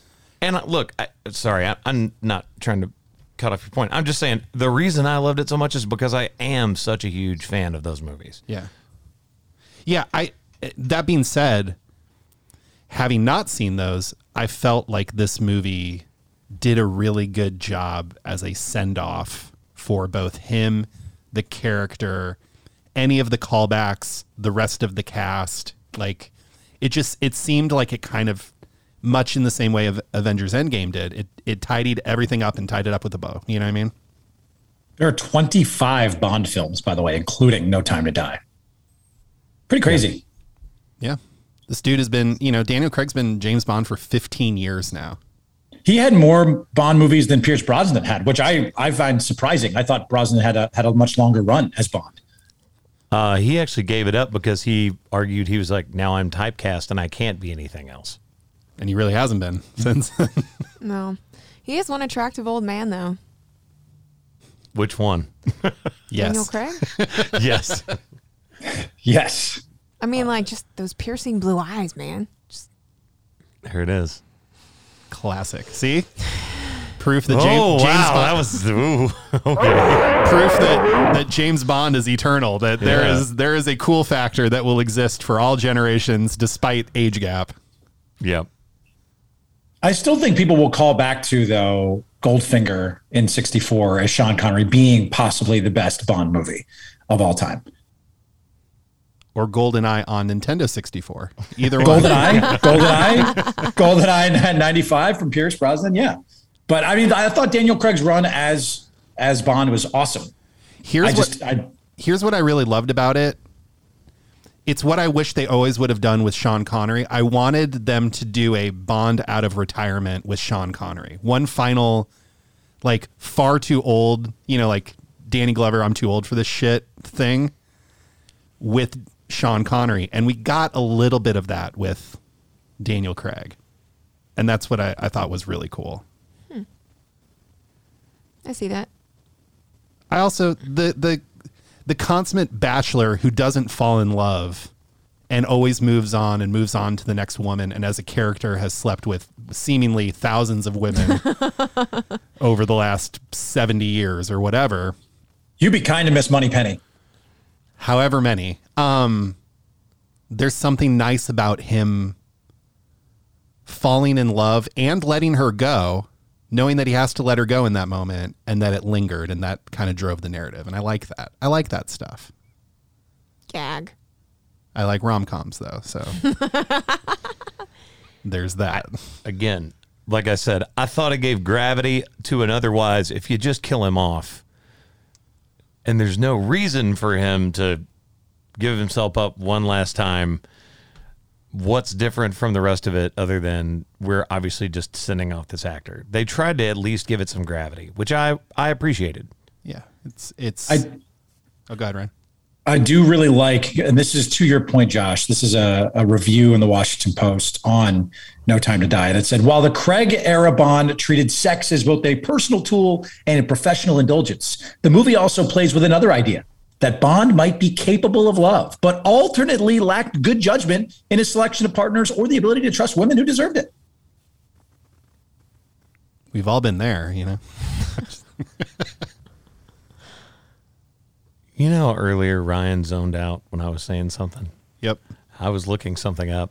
S3: and I, look, I, sorry, I, I'm not trying to cut off your point. I'm just saying the reason I loved it so much is because I am such a huge fan of those movies.
S1: Yeah. Yeah, I that being said, having not seen those, I felt like this movie did a really good job as a send-off for both him, the character, any of the callbacks, the rest of the cast. Like it just it seemed like it kind of much in the same way of Avengers Endgame did. It it tidied everything up and tied it up with a bow. You know what I mean?
S4: There are 25 Bond films, by the way, including No Time to Die. Pretty crazy.
S1: Yeah. This dude has been, you know, Daniel Craig's been James Bond for 15 years now.
S4: He had more Bond movies than Pierce Brosnan had, which I, I find surprising. I thought Brosnan had a had a much longer run as Bond.
S3: Uh, he actually gave it up because he argued he was like, now I'm typecast and I can't be anything else.
S1: and he really hasn't been since.
S5: No. He is one attractive old man, though.
S3: Which one?
S5: Daniel
S1: yes,
S5: Craig?
S3: yes.
S4: Yes.
S5: I mean, like, just those piercing blue eyes, man. Just,
S3: There it is.
S1: classic. See, proof that James,
S3: oh,
S1: James
S3: wow.
S1: Bond,
S3: That was, ooh, okay.
S1: proof that, that James Bond is eternal. That there
S3: Yeah.
S1: is there is a cool factor that will exist for all generations, despite age gap.
S3: Yep.
S4: I still think people will call back to though Goldfinger in 64 as Sean Connery being possibly the best Bond movie of all time.
S1: Or GoldenEye on Nintendo 64. Either one.
S4: GoldenEye, GoldenEye, GoldenEye 95 from Pierce Brosnan. Yeah. But I mean, I thought Daniel Craig's run as as Bond was awesome.
S1: Here's
S4: I
S1: what-
S4: just, I,
S1: here's what I really loved about it. It's what I wish they always would have done with Sean Connery. I wanted them to do a Bond out of retirement with Sean Connery. One final, like, far too old, you know, like Danny Glover, I'm too old for this shit thing with Sean Connery. And we got a little bit of that with Daniel Craig. And that's what I, I thought was really cool.
S5: I see that.
S1: I also the the the consummate bachelor who doesn't fall in love and always moves on and moves on to the next woman and as a character has slept with seemingly thousands of women over the last 70 years or whatever
S4: you be kind to Miss Moneypenny.
S1: however many um there's something nice about him falling in love and letting her go knowing that he has to let her go in that moment and that it lingered and that kind of drove the narrative and i like that i like that stuff
S5: Gag.
S1: I like rom coms though, so there's that.
S3: again, like I said, I thought it gave gravity to an otherwise if you just kill him off. And there's no reason for him to give himself up one last time. What's different from the rest of it other than we're obviously just sending off this actor? They tried to at least give it some gravity, which I I appreciated.
S1: Yeah, it's it's.
S4: I-
S1: oh, go ahead, Ryan.
S4: I do really like, and this is to your point, Josh. This is a, a review in the Washington Post on No Time to Die that said while the Craig era Bond treated sex as both a personal tool and a professional indulgence, the movie also plays with another idea that Bond might be capable of love, but alternately lacked good judgment in his selection of partners or the ability to trust women who deserved it.
S1: We've all been there, you know.
S3: You know, earlier Ryan zoned out when I was saying something.
S1: Yep.
S3: I was looking something up,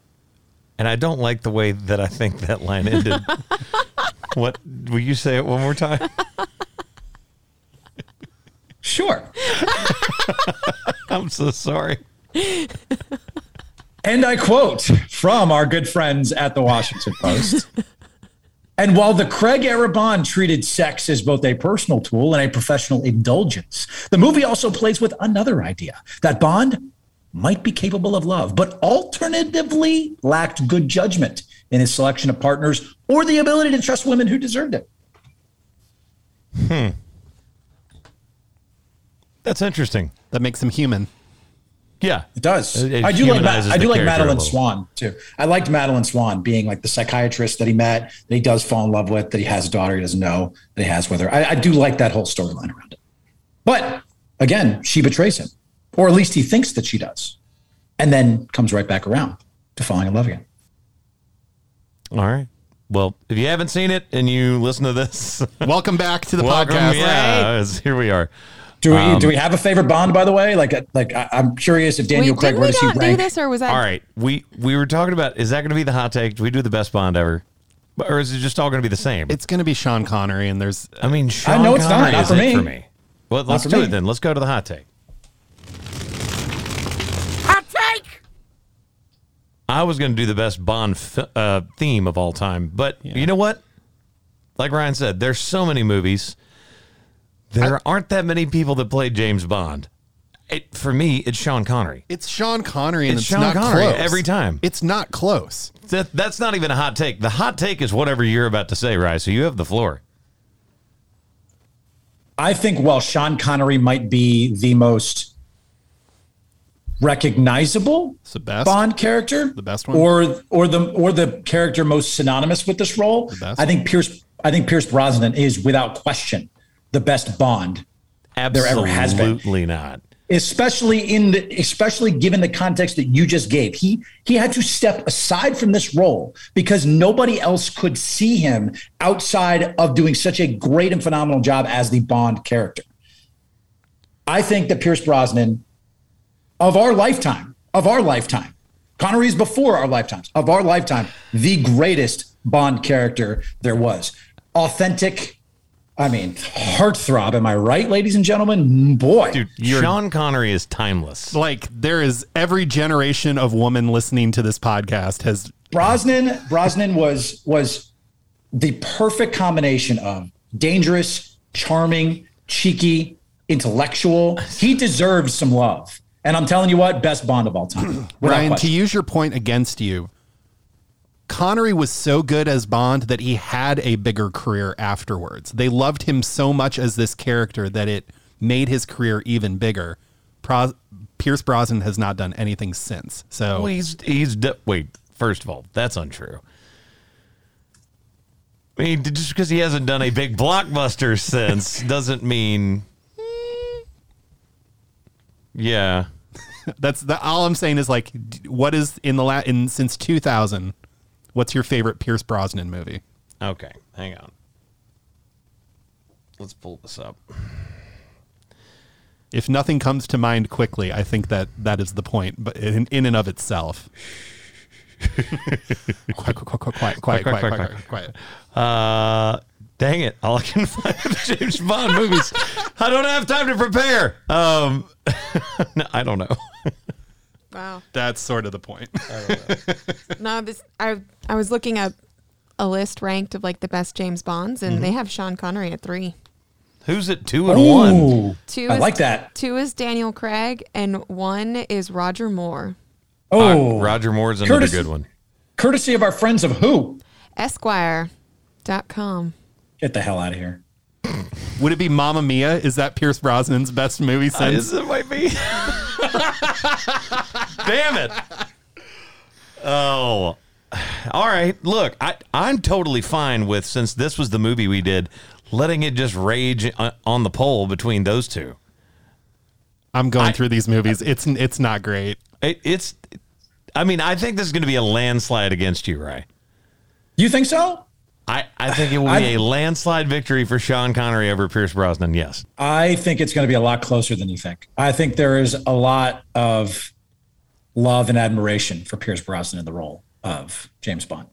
S3: and I don't like the way that I think that line ended. what will you say it one more time?
S4: Sure.
S3: I'm so sorry.
S4: And I quote from our good friends at the Washington Post. and while the Craig Arabon treated sex as both a personal tool and a professional indulgence, the movie also plays with another idea that Bond might be capable of love, but alternatively lacked good judgment in his selection of partners or the ability to trust women who deserved it.
S3: That's interesting.
S1: That makes him human.
S3: Yeah.
S4: It does.
S3: It- it
S4: I do like Ma-
S3: humanizes
S4: I
S3: the
S4: do like
S3: character a
S4: Madeline
S3: little.
S4: Swan too. I liked Madeline Swan being like the psychiatrist that he met, that he does fall in love with, that he has a daughter he doesn't know, that he has with her. I, I do like that whole storyline around it. But again, she betrays him, or at least he thinks that she does, and then comes right back around to falling in love again.
S3: All right. Well, if you haven't seen it and you listen to this,
S1: Welcome back to the
S3: welcome.
S1: podcast.
S3: Yeah, it's- here we are.
S4: Do we
S3: Um,
S4: do we have a favorite Bond by the way? Like uh, like I, I'm curious if Daniel
S5: Wait,
S4: Craig
S5: did
S4: where
S5: we
S4: does he
S5: not do
S4: rank?
S5: this, or was that
S3: All right. We we were talking about is that going to be the hot take? Do we do the best Bond ever? Or is it just all going to be the same?
S1: It's going to be Sean Connery, and there's
S3: I mean, Sean
S4: know it's not.
S3: Connery
S4: Not
S3: is
S4: for
S3: it
S4: me.
S3: for me. Well, let's
S4: for
S3: do
S4: me.
S3: it then. Let's go to the hot take.
S2: Hot take!
S3: I was going to do the best Bond f- uh, theme of all time, but you know what? Like Ryan said, there's so many movies. There aren't that many people that played James Bond. It, for me, it's Sean Connery.
S1: it's Sean Connery, and
S3: It's
S1: it's,
S3: Sean
S1: not
S3: Connery
S1: close
S3: every time.
S1: It's not close.
S3: That, that's not even a hot take. The hot take is whatever you're about to say, Ryan. So you have the floor.
S4: I think while Sean Connery might be the most recognizable
S1: It's the best.
S4: Bond character, the
S1: best one?
S4: or or the or the character most synonymous with this role,
S1: best?
S4: I think Pierce. I think Pierce Brosnan is without question the best Bond, ever
S3: Absolutely
S4: has been.
S3: not.
S4: especially in the, especially given the context that you just gave. He he had to step aside from this role because nobody else could see him outside of doing such a great and phenomenal job as the Bond character. I think that Pierce Brosnan of our lifetime, of our lifetime, Connery's before our lifetimes, of our lifetime, the greatest Bond character there was. Authentic, I mean, heartthrob. Am I right, ladies and gentlemen? Boy.
S3: Dude, Sean Connery is timeless.
S1: Like there is every generation of woman listening to this podcast has
S4: Brosnan Brosnan was was the perfect combination of dangerous, charming, cheeky, intellectual. He deserves some love. And I'm telling you what, best Bond of all time. without
S1: Ryan, to
S4: question.
S1: use your point against you, Connery was so good as Bond that he had a bigger career afterwards. They loved him so much as this character that it made his career even bigger. Pro- Pierce Brosnan has not done anything since. So
S3: Well, Oh, he's he's de- wait. First of all, that's untrue. I mean, just because he hasn't done a big blockbuster since doesn't mean. Yeah,
S1: that's the, all I'm saying is like, d- what is in the la- in since 2000? What's your favorite Pierce Brosnan movie?
S3: Okay, hang on. Let's pull this up.
S1: If nothing comes to mind quickly, I think that that is the point. But in, in and of itself, quiet, quiet, quiet, quiet, quiet, quiet, quiet, quiet, quiet.
S3: Uh, dang it! All I can find are James Bond movies. I don't have time to prepare. Um, no, I don't know.
S5: Wow.
S1: That's sort of the point.
S5: No, this I I was looking up a list ranked of like the best James Bonds,
S4: Mm-hmm.
S5: and they have Sean Connery at three.
S3: Who's at two and one?
S4: Ooh,
S5: Two.
S4: I
S5: is,
S4: like that.
S5: Two is Daniel Craig, and one is Roger Moore,
S4: Oh,
S3: Roger Moore's another
S4: Curtis-
S3: good one.
S4: courtesy of our friends of who?
S5: Esquire.com.
S4: Get the hell out of here.
S1: Would it be Mamma Mia? Is that Pierce Brosnan's best movie since?
S3: it might be. Damn it. Oh. All right. Look, I, I'm totally fine with, since this was the movie we did, letting it just rage on- on the pole between those two.
S1: I'm going through these movies. It's it's not great.
S3: It, it's, I mean, I think this is going to be a landslide against you, Ray.
S4: You think so?
S3: I, I think it will be
S4: I-
S3: a landslide victory for Sean Connery over Pierce Brosnan. Yes.
S4: I think it's going to be a lot closer than you think. I think there is a lot of love and admiration for Pierce Brosnan in the role of James Bond.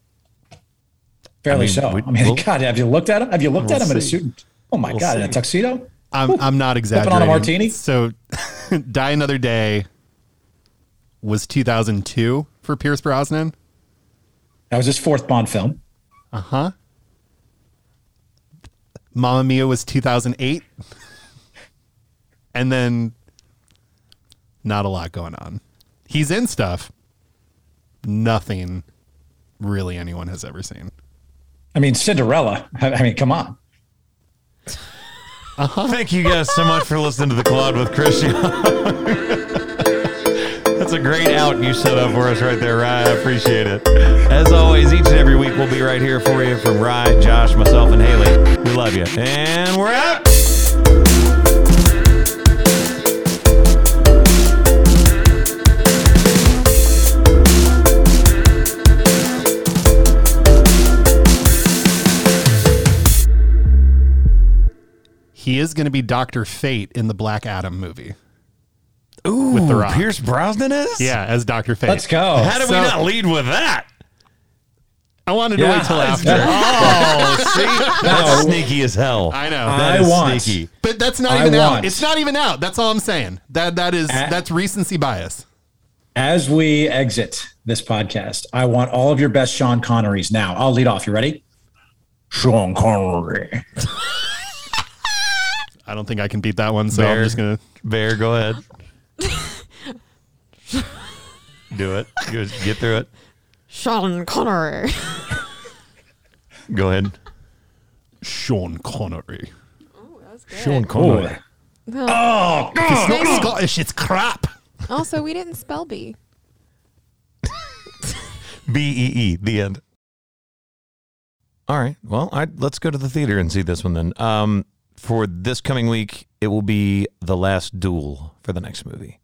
S4: Fairly
S3: mean,
S4: so.
S3: we-
S4: I mean,
S3: we'll-
S4: God, have you looked at him? Have you looked at him in a
S3: see.
S4: suit? Oh my God, in a
S3: see.
S4: tuxedo?
S1: I'm I'm not
S4: on a
S1: exaggerating.
S4: martini?
S1: So, Die Another Day was 2002 for Pierce Brosnan.
S4: That was his fourth Bond film.
S1: Mamma Mia was 2008. And then not a lot going on. He's in stuff. Nothing really anyone has ever seen.
S4: I mean, Cinderella. I I mean, come on.
S3: Thank you guys so much for listening to the Quad with Christian. That's a great out you set up for us right there, Rye. I appreciate it. As always, each and every week we'll be right here for you from Rye, Josh, myself, and Haley. We love you, and we're out.
S1: He is going to be Doctor Fate in the Black Adam movie.
S3: Ooh,
S1: The Rock.
S3: Pierce Brosnan is.
S1: Yeah, as Doctor Fate.
S4: Let's go.
S3: How did we
S1: So-
S3: not lead with that?
S1: I wanted to
S4: Yeah.
S1: wait till after.
S3: Oh, see, that's sneaky as hell.
S1: I know.
S3: That
S4: I
S3: is
S4: want-
S3: sneaky.
S1: but that's not
S4: I
S1: even out.
S4: want-
S1: It's not even out. That's all I'm saying. That that is
S4: Ah.
S1: that's recency bias.
S4: As we exit this podcast, I want all of your best Sean Connerys now. I'll lead off. You ready? Sean Connery.
S1: I don't think I can beat that one, so
S3: Bear.
S1: I'm just gonna.
S3: Bear, go ahead. Do it. Go- Get through it.
S5: Sean Connery.
S3: Go ahead.
S1: Sean Connery.
S3: Sean
S4: Ooh. Oh,
S1: It's not Scottish. It's crap.
S5: also, we didn't spell B.
S3: B E E. The end. All right. Well, I, let's go to the theater and see this one then. Um, for this coming week, it will be the last duel for the next movie.